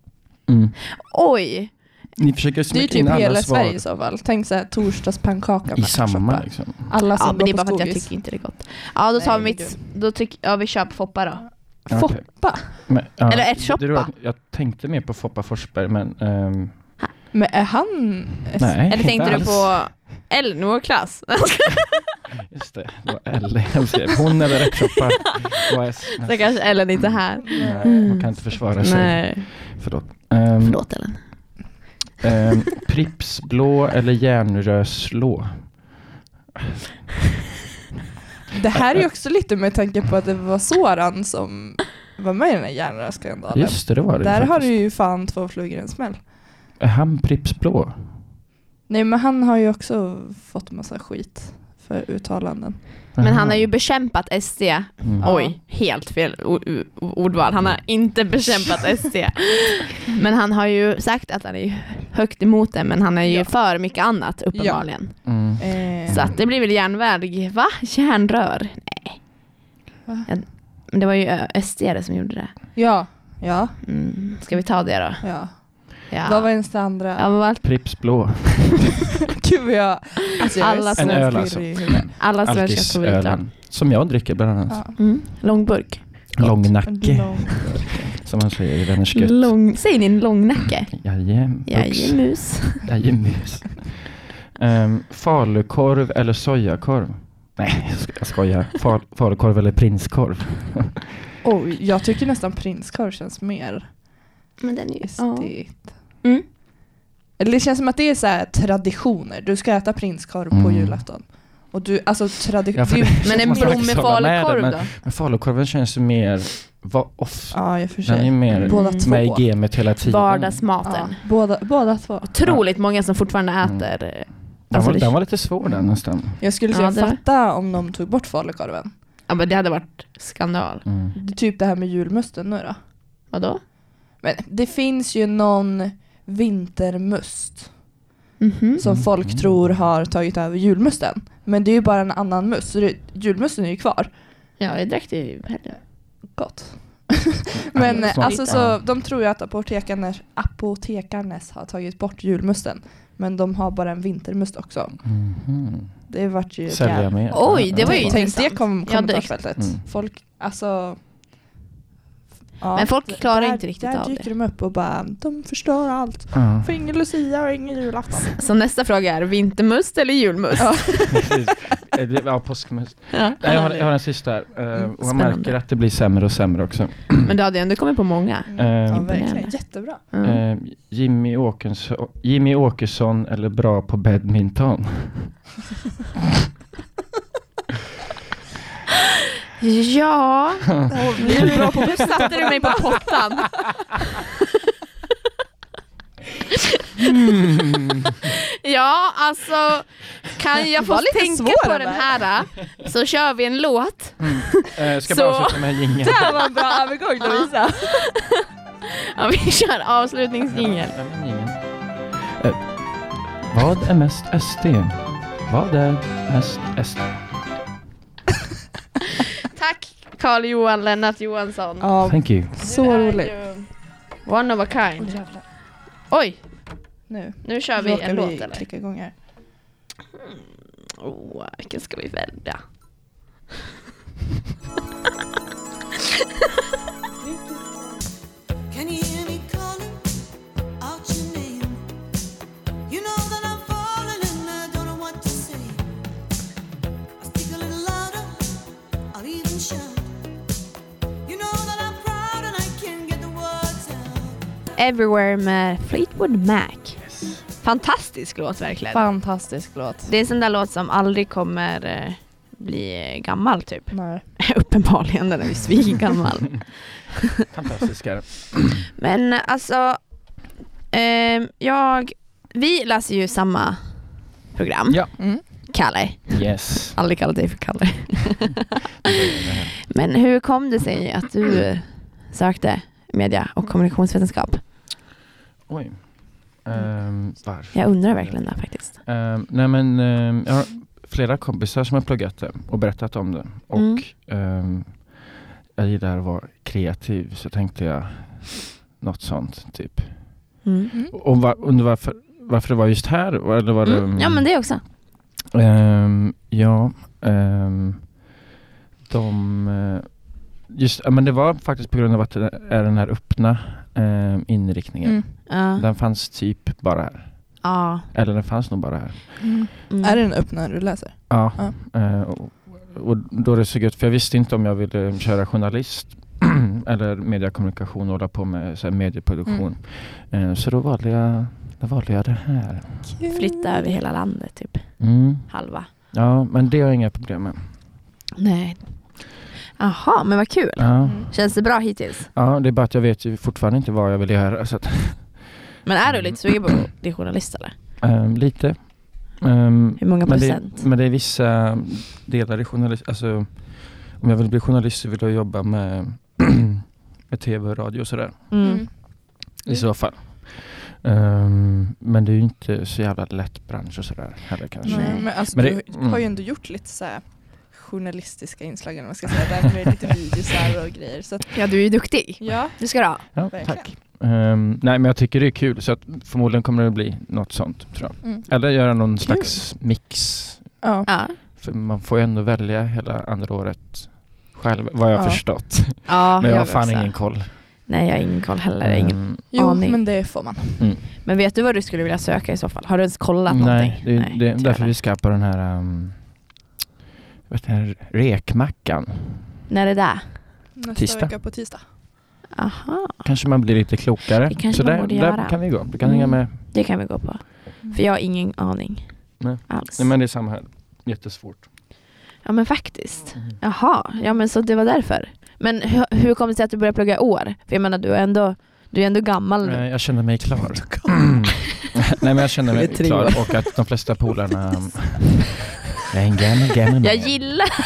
Mm. Oj! Ni försöker Det är ju smyga in typ alla hela svar Sverige i så fall. Tänk såhär torsdagspannkakan i med samma. ärtsoppa. Liksom. Alla Ja, som men det är går på bara för att jag skogis. tycker inte det är gott. Ja, då tar vi Nej, men mitt... Då tycker... Ja, vi kör på foppa då. Ja, okej. Foppa Men, ja, Eller ärtsoppa. det var- Jag tänkte mer på Foppa Forsberg, men ehm, Men är han SD? nej. Eller inte tänkte du alls. på Elnor-klass? Just det, det var Ellie. Hon skrev, Hon är väl ärtsoppa. Vad är s- Så kanske Ellen inte är här. Nej, hon kan inte försvara sig. Nej. Förlåt. Ehm, Förlåt Ellen. ehm, Pripps blå eller järnröslå? Det här är ju också lite med tanke på att det var Soran som var med i den här järnrörsskandalen. Just det, det var det Där har du faktiskt. ju fan två flugor i en smäll. Är han Pripps blå? Nej men han har ju också fått massa skit för uttalanden. Men Jaha. han har ju bekämpat SD. Mm. Oj, helt fel o- o- ordval. Han har inte bekämpat SD. Men han har ju sagt att han är högt emot det, men han är ju Ja. för mycket annat uppenbarligen. Mm. Eh, Så att det blir väl järnväg. Va? Järnrör? Va? Nej. Ja, Men det var ju ö, SD are som gjorde det. Eh, Ja, ja, Mm. Ska vi ta det då? ja. Ja. Vad var ens det andra? ja, men Pripps blå. Gud vad jag... Alltså, jag är Alla så som- En öl pirrig alltså. i huvudet. alla svenskars favoritöl. Alkisölen. Som jag dricker bland annat. Ja. Mm. Långburk. Långnacke, Lång- som man säger i Vänersgött. Lång, säger ni långnacke? Jajem, ups. Jajemus. Jajemus. Um, falukorv eller sojakorv? Nej, jag sko- jag skojar. Fal, falukorv eller prinskorv? Oj, jag tycker nästan prinskorv känns mer Men den är ju... estigt. Mm. Eller det känns som att det är så här traditioner. Du ska äta prinskorv på Mm. julafton. Och du, alltså tradi- Ja, för det- det- Men en Måste blom faktiskt med hålla med falukorv den, då? Men falukorven känns ju mer va, off. Ja, jag förstår. Den är ju mer Båda två. med i gamet hela tiden. Vardagsmaten. Ja, båda, båda två. Otroligt många som fortfarande Mm. äter... eh, Den Alltså, var, det- den var lite svår den nästan. Jag skulle säga Ja, det- fatta om de tog bort falukorven. Ja men det hade varit skandal. Mm. Det är Typ det här med julmusten nu då. Vadå? Men det finns ju någon vintermust Mhm. som Mm. folk tror har tagit över julmusten. Men det är ju bara en annan mus, så det, julmusten är ju kvar. Ja, det drack det ju hellre. Gott. Men Ja, eh, sånt. alltså så, Ja. de tror ju att apotekarnes, apotekarnes har tagit bort julmusten. Men de har bara en vintermust också. Mhm. Det vart ju... Sälja mer. Oj, det var ju Tänk, tänk intressant. det kom, Ja, kom det- fältet. Mm. Folk, alltså... ja, Men folk d- klarar där, inte riktigt där av dyker det. de upp och bara, de förstör allt. Ja. Får ingen lucia och ingen julafton. Eh. Så nästa fråga är vintermust eller julmust? Ja. Precis. Eh, det- Ja, påskmust. Nej, jag, har, jag har en sista här. Eh, och man spännande. märker att det blir sämre och sämre också. Men du hade ändå kommit på många. Mm. Eh, ja, verkligen. imponerande. Jättebra. Mm. Eh, Jimmy, Åkesson, Jimmy Åkesson eller bra på badminton? Ja, nu bra på satte du mig på pottan. Mm. Ja, alltså kan jag Det var få lite tänka svår på den den här eh, så kör vi en låt. Eh, ska Så. bara avsluta med jingeln. Det var en bra övergång Lovisa. Ja, vi kör avslutningsjingel. Ja, men jingeln. Eh, Vad är mest SD? Vad är mest SD? Tack Carl-Johan Lennart Johansson. Ja, Thank you. Du så är roligt. ju One of a kind. Oj, Nu nu kör vi råkar en låt vi eller? klicka igång här. Åh, vilken ska vi välja? Can you hear me calling out your name? You know that I'm falling and I don't know what to say. I speak a little louder, I'll even shout. You know that I'm proud and I can't get the words out. Everywhere med Fleetwood Mac. Fantastisk låt verkligen. Fantastisk låt. Det är en sån där låt som aldrig kommer eh, bli eh, gammal typ. Nej. Uppenbarligen, den är ju svingammal. Fantastiska. Men eh, alltså, ehm, jag, vi läser ju samma program. Ja. Mm. Kalle. Yes. Aldrig kallat dig för Kalle. Men hur kom det sig att du sökte media och kommunikationsvetenskap? Oj. Ehm, varför? Jag undrar verkligen det faktiskt. Ehm, nej men ehm, jag har flera kompisar som har pluggat det och berättat om det. Och Mm. ehm, jag gillar att vara kreativ så tänkte jag något sånt typ. Mm. Och va, undrar varför, varför det var just här? Var- Eller var det, Mm. Ja men det också. Ehm, ja, ehm, de... eh, Just, ja, men det var faktiskt på grund av att det är den här öppna ehm, inriktningen. Mm. Ja. Den fanns typ bara här. Ja. Eller den fanns nog bara här. Mm. Är den öppna när du läser? Ja. Ja. eh, och, och då det såg ut, för jag visste inte om jag ville eh, köra journalist eller mediekommunikation och hålla på med så här, medieproduktion. Mm. Eh, så då valde, jag, då valde jag det här. Flytta över hela landet typ, Mm. halva. Ja, men det har jag inga problem med. Nej. Jaha, men vad kul. Ja. Mm. Känns det bra hittills? Ja, det är bara att jag vet ju fortfarande inte vad jag vill göra. Så att, Men är du lite sugen på att bli journalist eller? ehm, lite. Ehm, Hur många men, det, procent? men det är vissa delar i journalist, alltså om jag vill bli journalist så vill jag jobba med, med tv och radio och sådär. Mm. I så fall. Ehm, men det är ju inte så jävla lätt bransch och sådär heller kanske. Nej. Men, alltså, Men det- du mm. har ju ändå gjort lite så här journalistiska inslag eller vad man ska säga. Där med lite videosar och grejer. Så att, Ja, du är ju duktig. ja, Det ska du ha. Ja, Verkligen. tack. Ehm, nej men jag tycker det är kul så att förmodligen kommer det bli något sånt tror jag. Mm. Eller göra någon slags mix. ja. Ja. För man får ju ändå välja hela andra året själv vad jag har Ja. förstått. ja men jag har jag fan också. ingen koll. Nej, jag har ingen koll heller. Ingen. Ehm, Jo, Aning. men det får man. Mm. Men vet du vad du skulle vilja söka i så fall? Har du ens kollat nej, någonting? det, är- det är inte därför vi heller. ska på den här, um, vet du, den här rekmackan. När är det där? Nästa Tisdag. vecka på tisdag. Aha, Kanske man blir lite klokare. Det kanske så man där, borde där göra. kan vi gå. Du kan hänga Mm. med. det kan vi gå på. För jag har ingen aning Nej. alls. Nej men det är samma här. Jättesvårt. Ja men faktiskt. Jaha, ja men så det var därför. Men hur, hur kom det sig att du började plugga i år? För jag menar du är ändå, du är ändå gammal nu. Nej, Eh, Jag känner mig klar. Mm. Nej men jag känner mig Det är tre klar år. och att de flesta polarna... um, jag är en gammal, gammal Jag man. gillar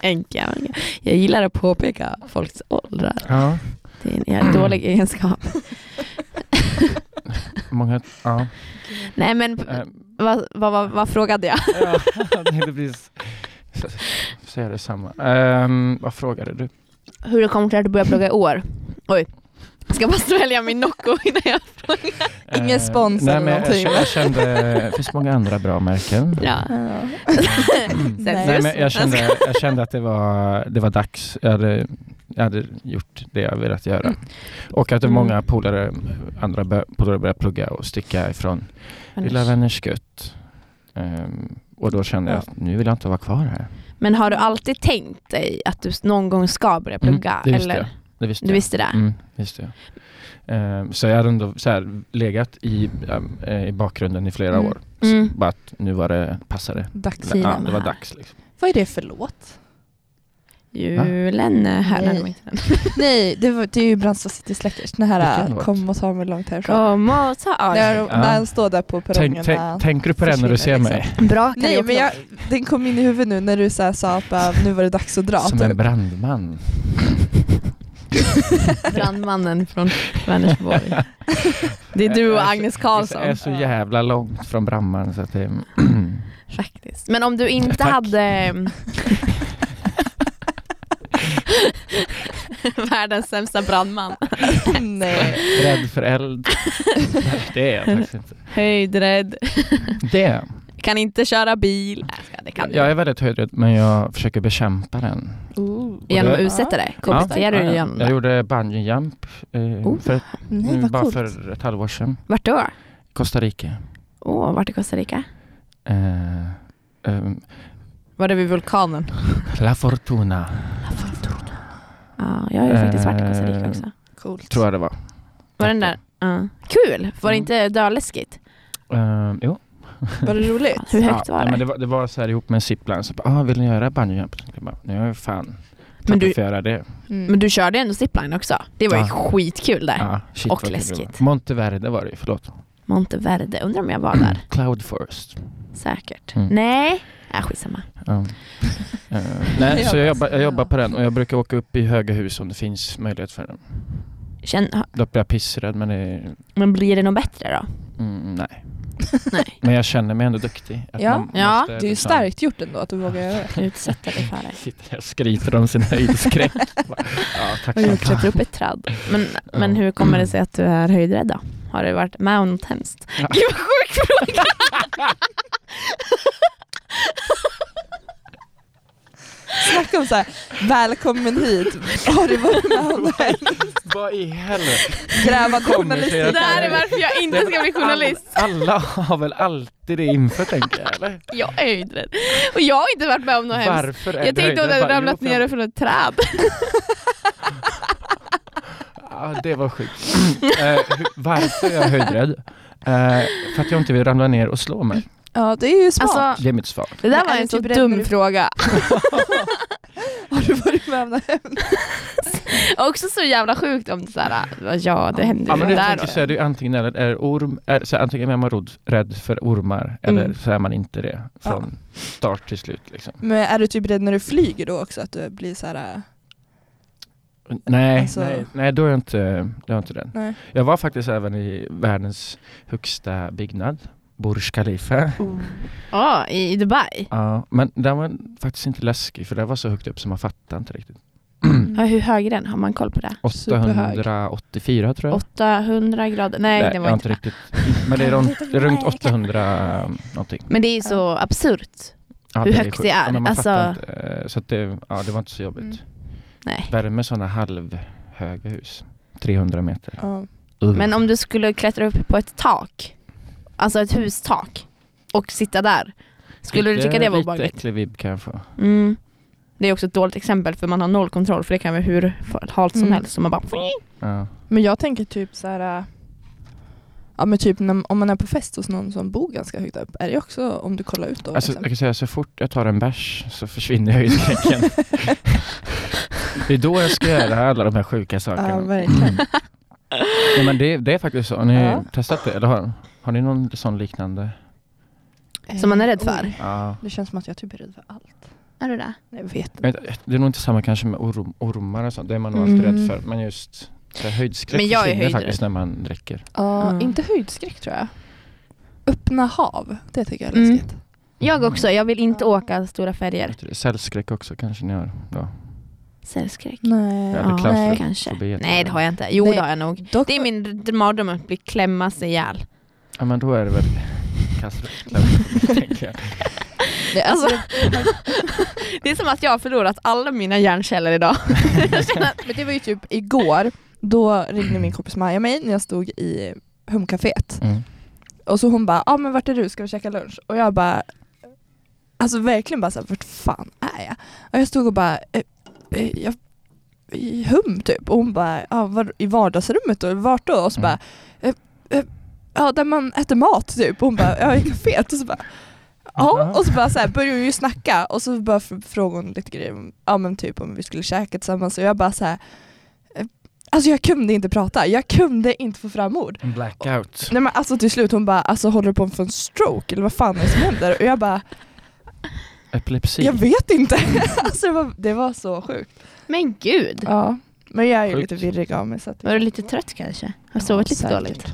Enka. Jag gillar att påpeka folks åldrar. Ja, Det är en jävla dålig egenskap. Många, ja. Nej men p- Eh, vad, vad, vad, vad frågade jag? ja, jag tänkte precis säga detsamma. Ehm, vad frågade du? Hur det kommer till att du börjar plugga i år? Oj. Jag ska bara svälja min Nocco innan jag... Ingen Eh, spons nej, eller men jag, någonting. kände- jag kände, det finns många andra bra märken. Mm. Ja. Ja. Nej, men jag, kände, jag kände att det var, det var dags. Jag hade, jag hade gjort det jag velat göra. Och att det är Mm. många polare, andra bö- polare började plugga och sticka ifrån Lilla Vänners gött. Ehm, och då kände jag att nu vill jag inte vara kvar här. Men har du alltid tänkt dig att du någon gång ska börja plugga? Mm, det visste eller? jag. Det visste Du jag. visste det? Mm, visst det. Ehm, så jag hade ändå så här, legat i, ehm, eh, i bakgrunden i flera Mm. år. Mm. Bara att nu var det, passade det. Dags. Fina Ja, det var här. dags. Liksom. Vad är det för låt? Julen är här. Nej. Mm. Nej, det var inte den. Nej, det, var, det är ju Brandsta City Släckers. Den här Vilken äh, låt? Kom och ta mig långt härifrån. Kom och ta... Ja, När, det- när han står där på perrongen. Tänk, när- tänk, tänker du på det när du ser försvinner, liksom. mig? Bra Nej men jag, karaoke. den kom in i huvudet nu när du så här sa att bara, nu var det dags att dra. Som typ. en brandman. Brandmannen från Vänersborg. Det är du Eh, och Agnes Det är Karlsson. så jävla långt från brandman så att det... Faktiskt. Men om du inte Tack. hade... mm, Världens sämsta brandman. Mm, Nej. Rädd för eld. Nej, det är jag faktiskt inte. Höjdrädd. Det. är Kan inte köra bil. Nej, jag skojar, det kan jag. du. Jag är väldigt höjdrädd men jag försöker bekämpa den. Genom att Ja. utsätta dig? Kompenserar du genom Jag det? gjorde bungee jump eh, Oh. för, Mm, Nej vad Mm, bara coolt. för ett halvår sedan. Vart då? Costa Rica. Åh, vart i Costa Rica? Eh, ehm, Var det vid vulkanen? La Fortuna Ja, jag har ju faktiskt varit i Costa Eh, Rica också. Coolt. tror jag det var. Var den där? Ja. Kul! Var det Mm. inte döläskigt? Ehm, jo. Var det roligt? Hur högt Ja, var men det? det, var, det var så här ihop med en zipline, så bara, ah, vill ni göra bungee jump? Jag bara, nu har jag fan Men tappat du, för att göra det. Mm. men du körde ändå zipline också? Det var ju Ja. skitkul där. Ja, shit, Och vad kul det var. läskigt. Monteverde var det ju, förlåt. Monteverde, undrar om jag var där? Cloud Forest. Säkert. Mm. Nej, äh, skitsamma. Ja. Eh, nej, så jag jobbar, jag jobbar på den och jag brukar åka upp i höga hus om det finns möjlighet för den. Känn, ha- Då blir jag pissrädd men det är, men blir det något bättre då? mm, nej. Nej. Men jag känner mig ändå duktig. Att Ja. man Ja. måste Det är ju liksom- starkt gjort ändå att du vågar göra det. Utsätta dig för det. Sitter här och skryter om sin höjdskräck. Bara, ja, Mm. tack Och så du mycket. klättrar upp i ett träd. Men, men hur kommer det sig att du är höjdrädd då? Har du varit med om något hemskt? Ja. Gud vad sjuk fråga! Snacka om så här, välkommen hit. Har du varit med om det här? Vad i helvete? Grävande Kommer sig journalister. att- Det här är varför jag inte ska bli journalist. alla har väl alltid det inför tänker jag eller? Jag är höjdrädd. Och jag har inte varit med om något hemskt. Varför är Jag det tänkte om du höjdare? hade Bara, ramlat jo, för- ner från ett träd. Ja, det var sjukt. Eh, hu- varför är jag höjdrädd? Eh, för att jag inte vill ramla ner och slå mig. Ja det är ju smart. Alltså, Det är mitt svar. det där Men var är en du så typ rädd när dum du- fråga. har du varit med om det här? Också så jävla sjukt om det såhär, ja det hände Ja, men ju jag där tänker och så är det ju antingen eller, är det orm, är, så här, antingen är man rod, rädd för ormar eller Mm. så är man inte det från start till slut. Liksom. Men är du typ rädd när du flyger då också? Att du blir så här. äh, Nej, Alltså- nej, nej, då är jag inte, då är jag inte den. Nej. Jag var faktiskt även i världens högsta byggnad, Burj Khalifa. Ja, i i Dubai. Ja, men den var faktiskt inte läskig för det var så högt upp så man fattade inte riktigt. Mm. Ja, hur hög är den? Har man koll på det? Superhög. 884 tror jag. 800 grader? Nej, det Mm. jag var har inte det. riktigt. Men det är runt, det är runt 800 eh, någonting. Men det är så absurt. Ja, Hur det högt sjukt. det är, Ja, men man alltså- fattar inte, eh, så att det, ja, det var inte så jobbigt. Mm. Nej. Värme sådana halvhöga hus. 300 meter. Ja. Ugh. Men om du skulle klättra upp på ett tak, alltså ett hustak, och sitta där, skulle du Lite- tycka det var Lite obehagligt? äcklig vibb kan jag få. Mm. Det är också ett dåligt exempel för man har noll kontroll för det kan vara hur halt som Mm. helst. Så man bara... Ja. Men jag tänker typ så här. äh, Ja men typ när, om man är på fest hos någon som bor ganska högt upp, är det också om du kollar ut då? Alltså, jag liksom? kan säga så fort jag tar en bärs så försvinner höjdskräcken. det är då jag ska göra alla de här sjuka sakerna. Ja verkligen. Nej, men det, det är faktiskt så. Har ni Ja. testat det? Eller har, har ni någon sån liknande? Som man är rädd för? Oj, Ja. Mm. Det känns som att jag typ är rädd för allt. Är du det? Jag vet Jag inte. vet, inte, det är nog inte samma kanske med orm, ormar och sånt. Det är man nog Mm. alltid rädd för. Men just Så höjdskräck Men jag är försvinner höjdrädd. faktiskt när man dricker. Ja, Mm. Inte höjdskräck tror jag. Öppna hav, det tycker jag är Mm. läskigt. Jag också, jag vill inte åka stora färger. Cellskräck också kanske ni har? Ja. Cellskräck. Nej. Eller Ja, klaustrofobi. kanske. heter Nej det har jag inte. Jo Nej. det har jag nog. Dock, Det är min r- mardröm att bli klämma sig ihjäl. Ja men då är det väl kastrull, tänker jag. det, alltså, Alltså- Det är som att jag har förlorat alla mina hjärnceller idag. men det var ju typ igår, då ringde min kompis Maja mig när jag stod i Humcaféet. Mm. Och så hon bara, ja ah, men vart är du, ska vi käka lunch? Och jag bara, alltså verkligen bara såhär, vart fan är jag? Och jag stod och bara, eh, eh, jag, i hum typ. Och hon bara, ah, var, i vardagsrummet då, vart då? Och så Mm. bara, eh, eh, ja där man äter mat typ. Och hon bara, ja i kaféet. Och så bara, Ja, och så bara så här, började vi ju snacka och så bara fr- frågade hon lite grejer, om- ja men typ om vi skulle käka tillsammans och jag bara så här, eh, alltså jag kunde inte prata, jag kunde inte få fram ord. En blackout. Nej men alltså till slut hon bara, alltså håller du på att få en stroke eller vad fan är det som händer? Och jag bara, Epilepsi. jag vet inte. alltså det var, det var så sjukt. Men gud. Ja, men jag är ju Sjukt. lite virrig av mig så att Var du lite trött kanske? Har sovit lite Säkert. dåligt?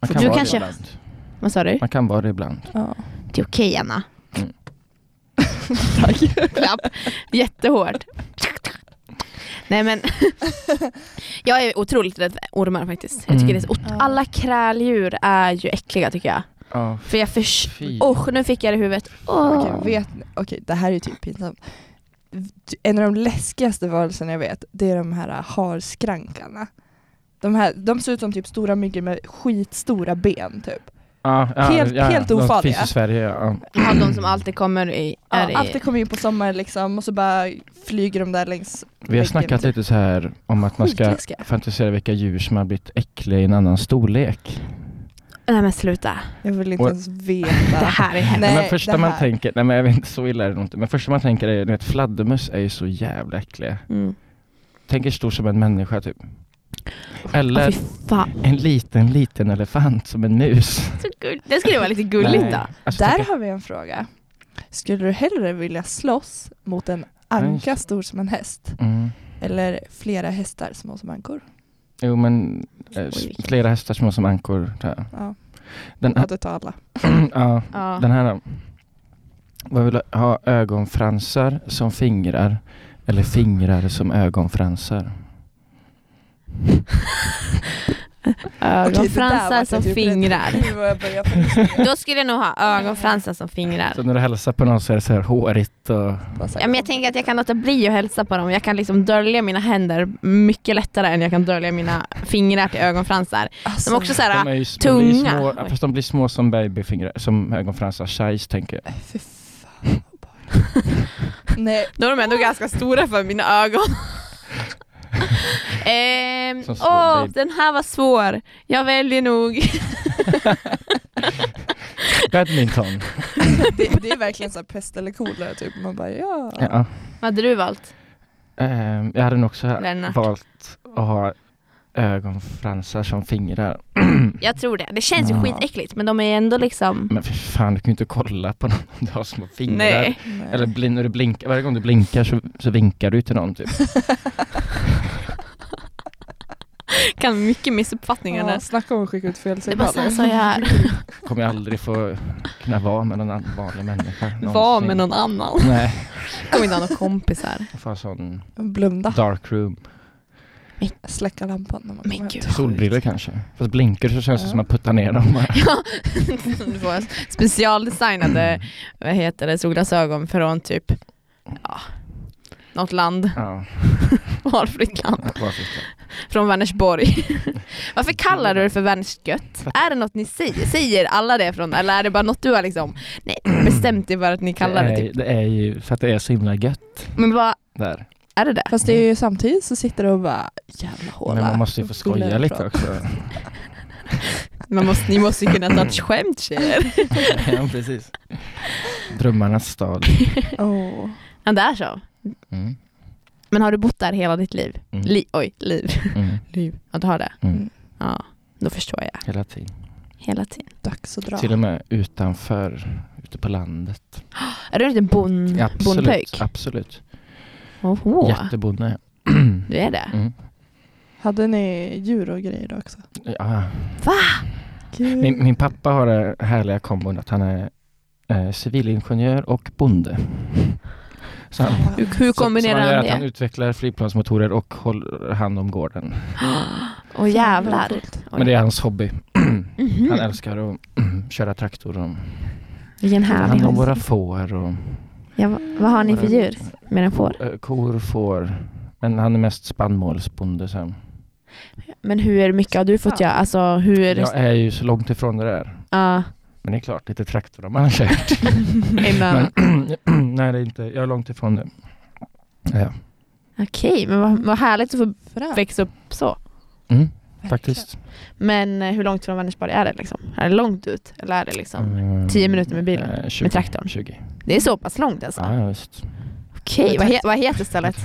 Man Du kan, vara kanske- det ibland. Vad sa du? Man kan vara det ibland. Ja. Det är okej Anna. Mm. Tack. Klapp. Jättehårt. Nej men. jag är otroligt rädd för ormar faktiskt. Jag tycker Mm. det är så ot- Ja. Alla kräldjur är ju äckliga tycker jag. Ja, För jag förs... fy. Usch, nu fick jag det i huvudet. Åh. Okej, vet ni- okej, det här är ju typ pinsamt. En av de läskigaste varelserna jag vet, det är de här harskrankarna. De, här, de ser ut som typ stora myggor med skitstora ben typ. Ja, ja, Helt- ja, helt de ofarliga. finns i Sverige. Ja. Ja, de som alltid kommer i... Är Ja, i... alltid kommer in på sommaren liksom och så bara flyger de där längs Vi har snackat typ. lite så här om att man ska Skitläskiga. fantisera vilka djur som har blivit äckliga i en annan storlek. Nej men sluta. Jag vill inte Och- ens veta. Det här är hemskt. Nej, Nej, men första det man här- tänker, nej men jag vet inte, så illa är det inte, men första man tänker är, du vet fladdermöss är ju så jävla äckliga. Mm. Tänk er stor som en människa typ. Åh, Eller fy fan. en liten, liten elefant som en mus. Så gulligt. Det skulle vara lite gulligt Nej. då. Alltså, Där tänk er- har vi en fråga. Skulle du hellre vilja slåss mot en anka stor som en häst mm. eller flera hästar små som ankor? Jo men, eh, s- Oj, vilken- flera hästar små som ankor. Där. Ja, Den, hade ta alla. ja, Ja. den här då. Vad vill du ha? Ögonfransar som fingrar eller fingrar som ögonfransar? Ögonfransar som fingrar. Nu jag börjar få Då skulle jag nog ha ögonfransar som fingrar. Så när du hälsar på någon så är det så här hårigt och Ja, men jag tänker att jag kan låta bli att hälsa på dem. Jag kan liksom dölja mina händer mycket lättare än jag kan dölja mina fingrar till ögonfransar. alltså, De är också de såhär, är ju, s- de blir ju tunga. Små, ja, fast de blir små som babyfingrar, som ögonfransar. Size tänker jag. Fy fan vad obehagligt. Nej, då är de ändå ganska stora för mina ögon. Ehm, Som svår Åh, baby. den här var svår. Jag väljer nog. Badminton. det, det är verkligen så här pest eller kolera typ. Man bara ja. ja. Vad hade du valt? Ehm, jag hade nog också Lennart. valt att ha ögonfransar som fingrar. Jag tror det. Det känns ju Ja. skitäckligt men de är ändå liksom... Men för fan, du kan ju inte kolla på någon om du har små fingrar. Nej. Nej. Eller blin- när du blinkar, varje gång du blinkar så, så vinkar du till någon typ. Kan mycket missuppfattningar där. Ja, snacka om att skicka ut fel Det är bara såhär signaler. sa jag här. Kommer jag aldrig få kunna vara med någon annan vanlig människa. någonsin. Var med någon annan. Nej, Kommer inte ha några kompisar. jag får ha sån Blunda, dark room. släcka lampan när man Men kommer gud. hem. Solbriller kanske. Fast blinkar du så känns det Ja. som att putta ner dem. bara. Ja, du får specialdesignade vad heter det, solglasögon från typ ja, något land, Ja, valfritt land, bara fitta. från Vänersborg. Varför kallar du det för Vänersgött? Är det något ni säger? Säger alla det från, eller är det bara något du har liksom, nej, bestämt dig för att ni kallar det? är, Typ. det är ju för att det är så himla gött Men vad där. är det det? Fast det är ju samtidigt så sitter du och bara jävla håla. Men man måste ju få skoja lite också. Man måste, ni måste ju kunna ta ett skämt tjejer. ja, precis. Drömmarnas stad. Oh. Ja, det är så. Mm. Men har du bott där hela ditt liv? Mm. Li, oj, liv. Mm. liv. Ja, du har det? Mm. Ja, då förstår jag. Hela tiden. Hela tiden. Dags att dra. Till och med utanför, ute på landet. Är du en liten bon, Ja, Absolut, bondpöjk? absolut. Oho, Jättebonde. du är det. Mm. Hade ni djur och grejer då också? Ja. Gud. Min, min pappa har det härliga kombon att han är eh, civilingenjör och bonde. Så han, Hur, hur kombinerar så, så han Att han det? utvecklar flygplansmotorer och håller hand om gården. Åh jävlar. Oj. Men det är hans hobby. Mhm. Han älskar att köra traktor och Vilken ta härlig hand om hobby. våra får och Ja, va- vad har ni för djur? Mer än får. eh, kor och får. Men han är mest spannmålsbonde. Så här. Men hur mycket har du fått göra? Alltså hur... Jag är ju så långt ifrån det där. Ja, Men det är klart, lite traktor har man kört. innan. Men, nej, det är inte. Jag är långt ifrån det. Mm. Ja. Okej, men vad, vad härligt att få Fränt. växa upp så. Mm, faktiskt. Men eh, hur långt från Vänersborg är det liksom? Är det långt ut? Eller är det liksom Mm, tio minuter med bilen? eh, 20, Med traktorn? 20. Det är så pass långt alltså? Ja, ja, visst. Okej, vad, he, vad heter stället?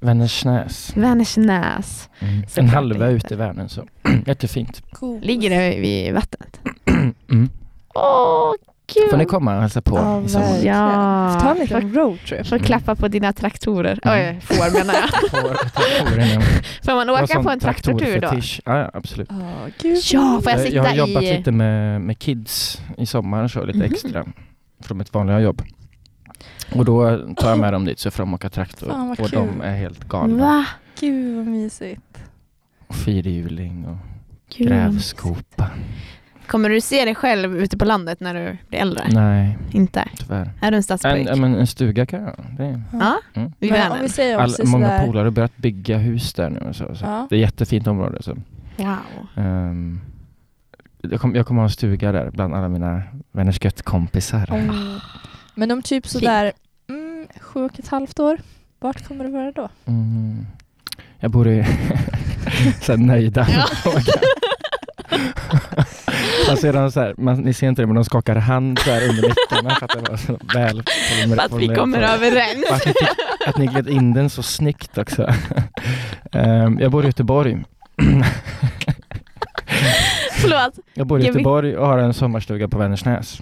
Vänersnäs. Vänersnäs. Mm. Så En klart halvö det ute i Vänern så. Jättefint. Cool. Ligger det vid vattnet? Mm. Åh, kul! Får ni komma och hälsa på liksom. Ja, i sommar? verkligen. Ja. Ta en liten roadtrip. Får klappa på dina traktorer. Mm. Oj, får menar jag. Får- traktorer innan. Får man Jag har åka på sån en traktortur då? traktorfetisch. Ja, ja, absolut. Eh, Oh, gud. Ja, får jag Jag, jag har sitta jobbat i... lite med, med kids i sommar så lite Mhm. extra från mitt vanliga jobb. Och då tar jag med dem dit så får de åka traktor Fan, vad och kul. de är helt galna. Va? Gud vad mysigt. Och fyrhjuling och Kul. grävskopa. Kommer du se dig själv ute på landet när du blir äldre? Nej, Inte? tyvärr. Är du en En, stadspojk? ja, men en stuga kan jag. Det är, ja, Mm. vid Men om Vänern. vi säger all, också många sådär. polare har börjat bygga hus där nu. och Så, så. Ja. Det är ett jättefint område. Så. Wow. Ehm, jag, kom, jag kommer ha en stuga där bland alla mina vänners kompisar Om, men om typ sådär mm, sju och ett halvt år, vart kommer du vara då? Mm. Jag borde så nöjda med frågan. Man ser dem så här, man, ni ser inte det men de skakar hand så här under mickarna för att det var så väl formulerat. Att vi kommer överens. Att ni, fick, att ni gled in den så snyggt också. Ehm, jag bor i Göteborg. Förlåt. Jag bor i Jag vet- Göteborg och har en sommarstuga på Vänersnäs.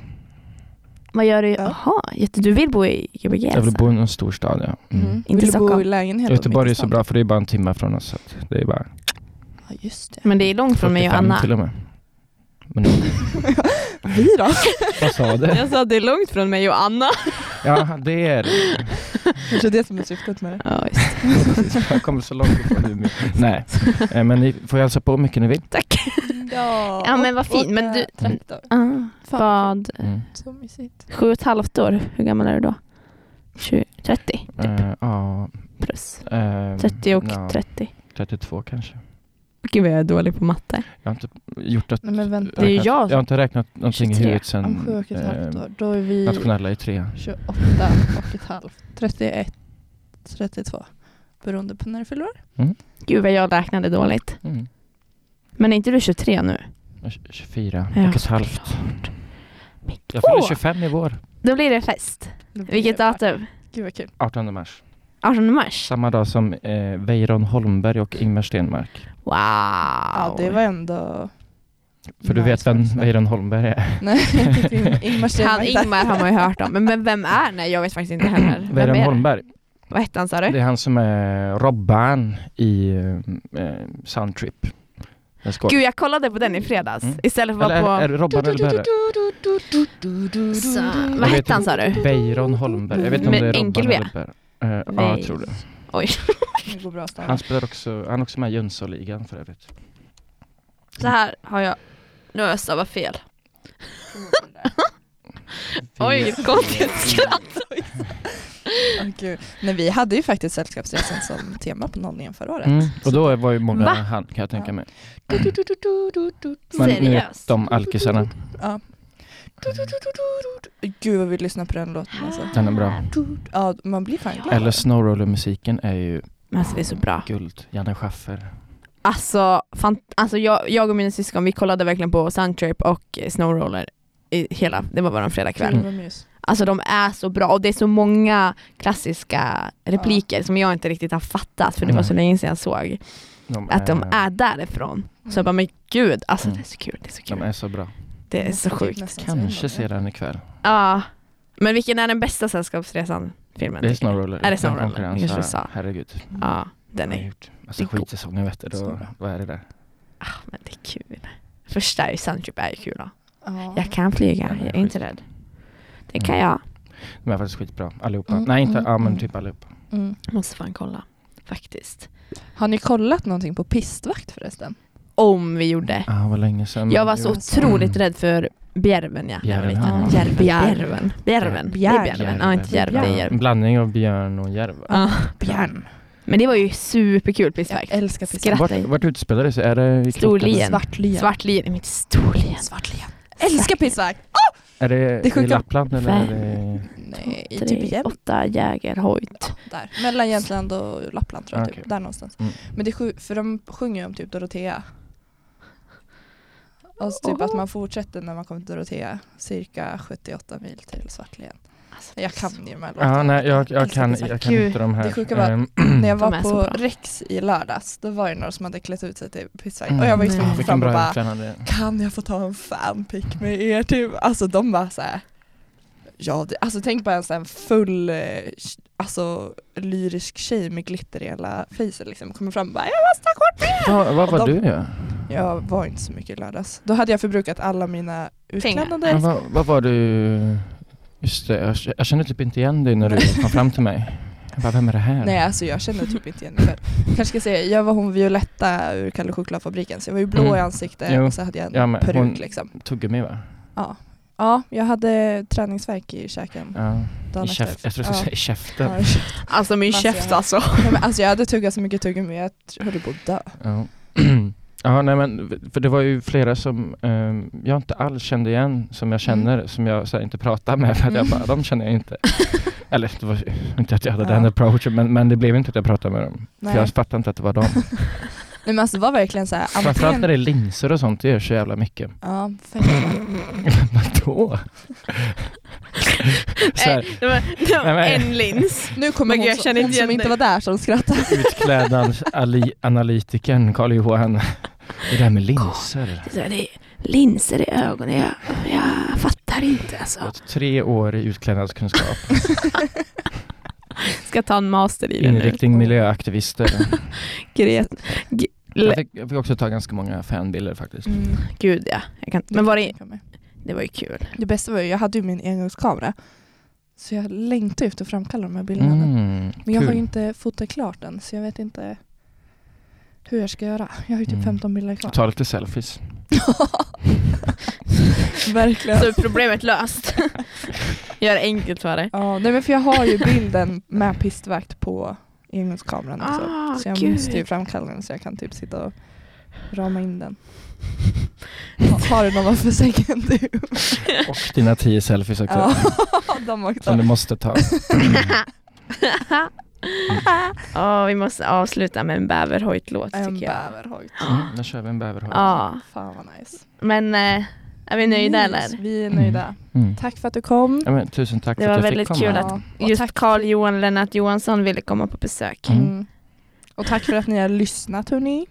Vad gör du? Jaha, jätte- du vill bo i Gbg Jag vill alltså? bo i någon stor stad ja. Mm. Inte Vill du bo i Stockholm. lägenhet? då, Göteborg är mitt i så stan? bra för det är bara en timme från oss. Så att det är bara Ja, just det. alltså. Men det är långt Mm, från mig och 45 Anna. till och med. Men Vi då? vad sa du? Jag sa att det är långt från mig och Anna. Ja, det är det. Kanske det som är syftet med det. Ja, just. Jag kommer så långt ifrån Umeå. Nej, eh, men ni får hälsa på hur mycket ni vill. Tack. Ja, Ja, men vad fint, åka men du- Traktor. Ah, vad, Mm. Så mysigt. sju och ett halvt år, hur gammal är du då? 20, 30 Eh, ja, plus? ehm, 30 typ. och ja, 30. 32 kanske. Gud vad jag är dålig på matte. Jag har inte gjort att, Nej men vänta, Det är ju jag. jag har inte räknat någonting i 23. huvudet sen om sju och ett halvt eh, år, då är vi nationella i tre. 28 och ett halvt, 31, 32. Beroende på när du fyller år. Gud vad jag räknade dåligt. Mm. Men är inte du 23 nu? Och tj- 24 Ja, och ett halvt. såklart. Men Jag fyller åh, 25 i vår, Då blir det fest. Då blir Vilket det- datum? Gud vad kul. 18 mars. 18 mars? Samma dag som eh, Weiron Holmberg och Ingmar Stenmark. Wow. Ja, det var ändå... För du nice vet vem faktiskt. Weiron Holmberg är? Nej, Ingmar Han Stenmark. Ingmar har man ju hört om, men, men vem är Nej, jag vet faktiskt inte heller. Vem Weiron är det? Holmberg, Vad hette han sa det du? är han som är Robban i eh, Soundtrip. Den skådespelaren. Gud, jag kollade på den i fredags Mm. istället för att Eller vara på... är, är det Robban eller Berre? Så, vad Jag vet hette han sa du? Weiron Holmberg. Jag vet inte om Med det är enkel Robban V. eller Berre. Eh, ja, jag tror det. Oj. Det går bra att stanna. Han spelar också, han är också med i Jönssonligan för övrigt. Så här har jag... Nu har jag stavat fel. Oj, vilket konstigt skratt. Åh, gud. Nej, vi hade ju faktiskt Sällskapsresan som tema på nollningen förra året. Mm, och då var ju många Va? han kan jag tänka Ja. mig. Men nu vet Seriöst. de alkisarna, Ja. Gud vad vi lyssnar på den låten alltså. den är bra. Ja, man blir fan glad. Eller Snowroller-musiken är ju Men alltså det är så bra. guld. Janne Schaffer. Alltså, fant- alltså jag, jag och mina syskon vi kollade verkligen på Suntrip och Snowroller i hela, det var bara en fredagkväll. Mm. Gud, vad mys. Alltså de är så bra och det är så många klassiska repliker som jag inte riktigt har fattat för det var så länge sedan jag såg att de är därifrån. Så Mm. jag bara, men gud, alltså Mm. det är så kul, det är så De kul. är så bra. Det är så Typ sjukt. nästan så Kanske himla ser den ikväll. Ja. Men vilken är den bästa Sällskapsresan-filmen? Det tycker är ni? Snowroller. Är det Snowroller? Konkurrens, Kanske ja. du sa. Mm. Herregud. Ja. Den har jag är... gjort. Alltså det är skitsäsongen vet du, Så då, bra. då är det där. Ah, men det är kul. Första är Suntrip är kul då. Ja. Jag kan flyga, Den jag är inte skit- Mm. rädd. Det kan jag. De är faktiskt skitbra, allihopa. Mm, Nej, inte, mm, ja men mm. typ allihopa. Mm. Måste fan kolla. Faktiskt. Har ni kollat någonting på pistvakt förresten? Om vi gjorde. Ja, ah, vad länge sedan. Jag var så jo. otroligt rädd för bjärven ja. när jag var Bjärven, liten. ja. Bjärv- Bjärv. Bjärven. Bjärven. Det är Bjärv. bjärven. Ja, inte järv, det är Ja, En järv. blandning av björn och järv. Ja. eh, Björn. Men det var ju superkul pissfakt. Jag älskar Skratt. pistvakt. Vart, vart utspelar det sig? Är det i Klockan? Storlien. Svartlien. Svartlien, mitt storlien. Svartlien. Älskar pistvakt. Är det, Det sjuka- i Lappland eller? Är Fem. det, Nej, i Tre, typ igen. Åtta jägerhojt. Där. Mellan Jämtland och Lappland tror jag, Okej. typ. där någonstans. Mm. Men det är sju, för de sjunger ju om typ Dorotea. Och så typ att man fortsätter när man kommer till Dorotea, cirka 78 mil till Svartlien. Alltså, Jag kan ju de här ja, låtarna. nej, jag, jag, Älskar kan, Pistvakt. jag kan Gud, inte de här. det sjuka var- Ehm, När jag De var är så på bra. Rex i lördags, då var det några som hade klätt ut sig till pissväg. mm. Och jag var ju Nej. tvungen Vilken fram och bra bara, utfärdande. kan jag få ta en fanpic med er? Typ. Alltså de bara såhär, ja det, alltså tänk bara en sån här full, eh, sh- alltså lyrisk tjej med glitter i hela fejset liksom, kommer fram och bara, jag måste ha kort med er!" Vad vad Och var de- du? Ja? Jag var inte så mycket i lördags. Då hade jag förbrukat alla mina Men utklädnader. vad, vad var du? Just det, jag, jag kände typ inte igen dig när du kom fram till mig. Jag bara, vem är det här? Nej alltså jag känner typ inte igen mig själv. Kanske ska säga, jag var hon Violetta ur Kalle Chokladfabriken så jag var ju blå Mm. i ansiktet Jo. och så hade jag en Ja, men peruk hon- liksom. Tuggummi va? Ja, jag hade träningsverk i käken Ja. dagen I käf- efter. jag tror Ja. jag skulle säga i käften. Ja, i käften. Alltså min Massiva. käft alltså. Nej, men alltså jag hade tuggat så mycket tuggummi jag höll på att dö. Ja. ja, nej men för det var ju flera som ehm, jag inte alls kände igen som jag känner, som jag så här, inte pratar med för att jag Mm. bara, de känner jag inte. Eller det var ju inte att jag hade Ja. den approachen men, men det blev inte att jag pratade med dem. Nej. För jag fattade inte att det var dem. Nej men alltså det var verkligen så här, Framförallt när antingen... det är linser och sånt, det gör så jävla mycket. Ja, fem. Vadå? så här, Nej, det var, det var Nej, men- en lins. Nu kommer Men hon, gud, jag som- känner inte hon igen som inte dig. var där som skrattade. Klädnadsanalytikern Carl Johan. Det där med linser. Det är linser i ögonen, jag, jag fattar inte Jag har alltså. gått tre år i utklädnadskunskap. Ska ta en master i det nu. Inriktning miljöaktivister. Gret. G- Jag le- fick, jag fick också ta ganska många fanbilder faktiskt. Mm. Gud ja. Jag kan, men var det, det var ju kul. det bästa var ju, jag hade ju min engångskamera. Så jag längtade efter att framkalla de här bilderna. nu. Mm, Men jag har ju kul. inte fotat klart än så jag vet inte hur jag ska göra. Jag har ju Mm. typ 15 bilder kvar. Ta lite selfies. Verkligen. Så är problemet löst. Gör det enkelt för dig. Ja, nej men för jag har ju bilden med pistvakt på engångskameran också. Ah, så jag gud. måste ju framkalla den så jag kan typ sitta och rama in den. Ha, har du någon varför sängen du? Och dina tio selfies också. Ja, de Som du också. måste ta. Mm, Ja, vi måste avsluta med en bäverhojt-låt En tycker jag. bäverhojt. Mm, då kör vi en bäverhoj. Ja, Fan vad nice. men eh, är vi nöjda Nice, eller? Vi är nöjda. Mm. Tack för att du kom. Ja, men, tusen tack Det för var att jag väldigt fick komma. kul Ja, och Just tack- Carl Johan Lennart Johansson ville komma på besök. Mm. Mm. Och tack för att ni har lyssnat hörni.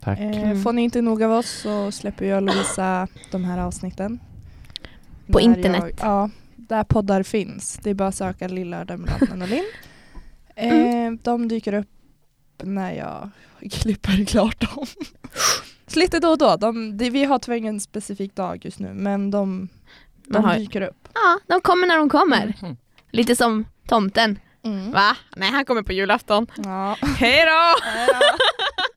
Tack. Eh, Mm. får ni inte nog av oss så släpper jag och Lovisa de här avsnitten. På Där internet. Jag, ja, där poddar finns. Det är bara att söka Lillördag med Lannen och Linn. Eh, Mm. De dyker upp när jag klipper klart dem. Så lite då och då. De, det- vi har tyvärr ingen specifik dag just nu men de, Man de har, dyker upp. ja, de kommer när de kommer. Mm. Lite som tomten. Mm. Va? Nej, han kommer på julafton. Ja. Hej då!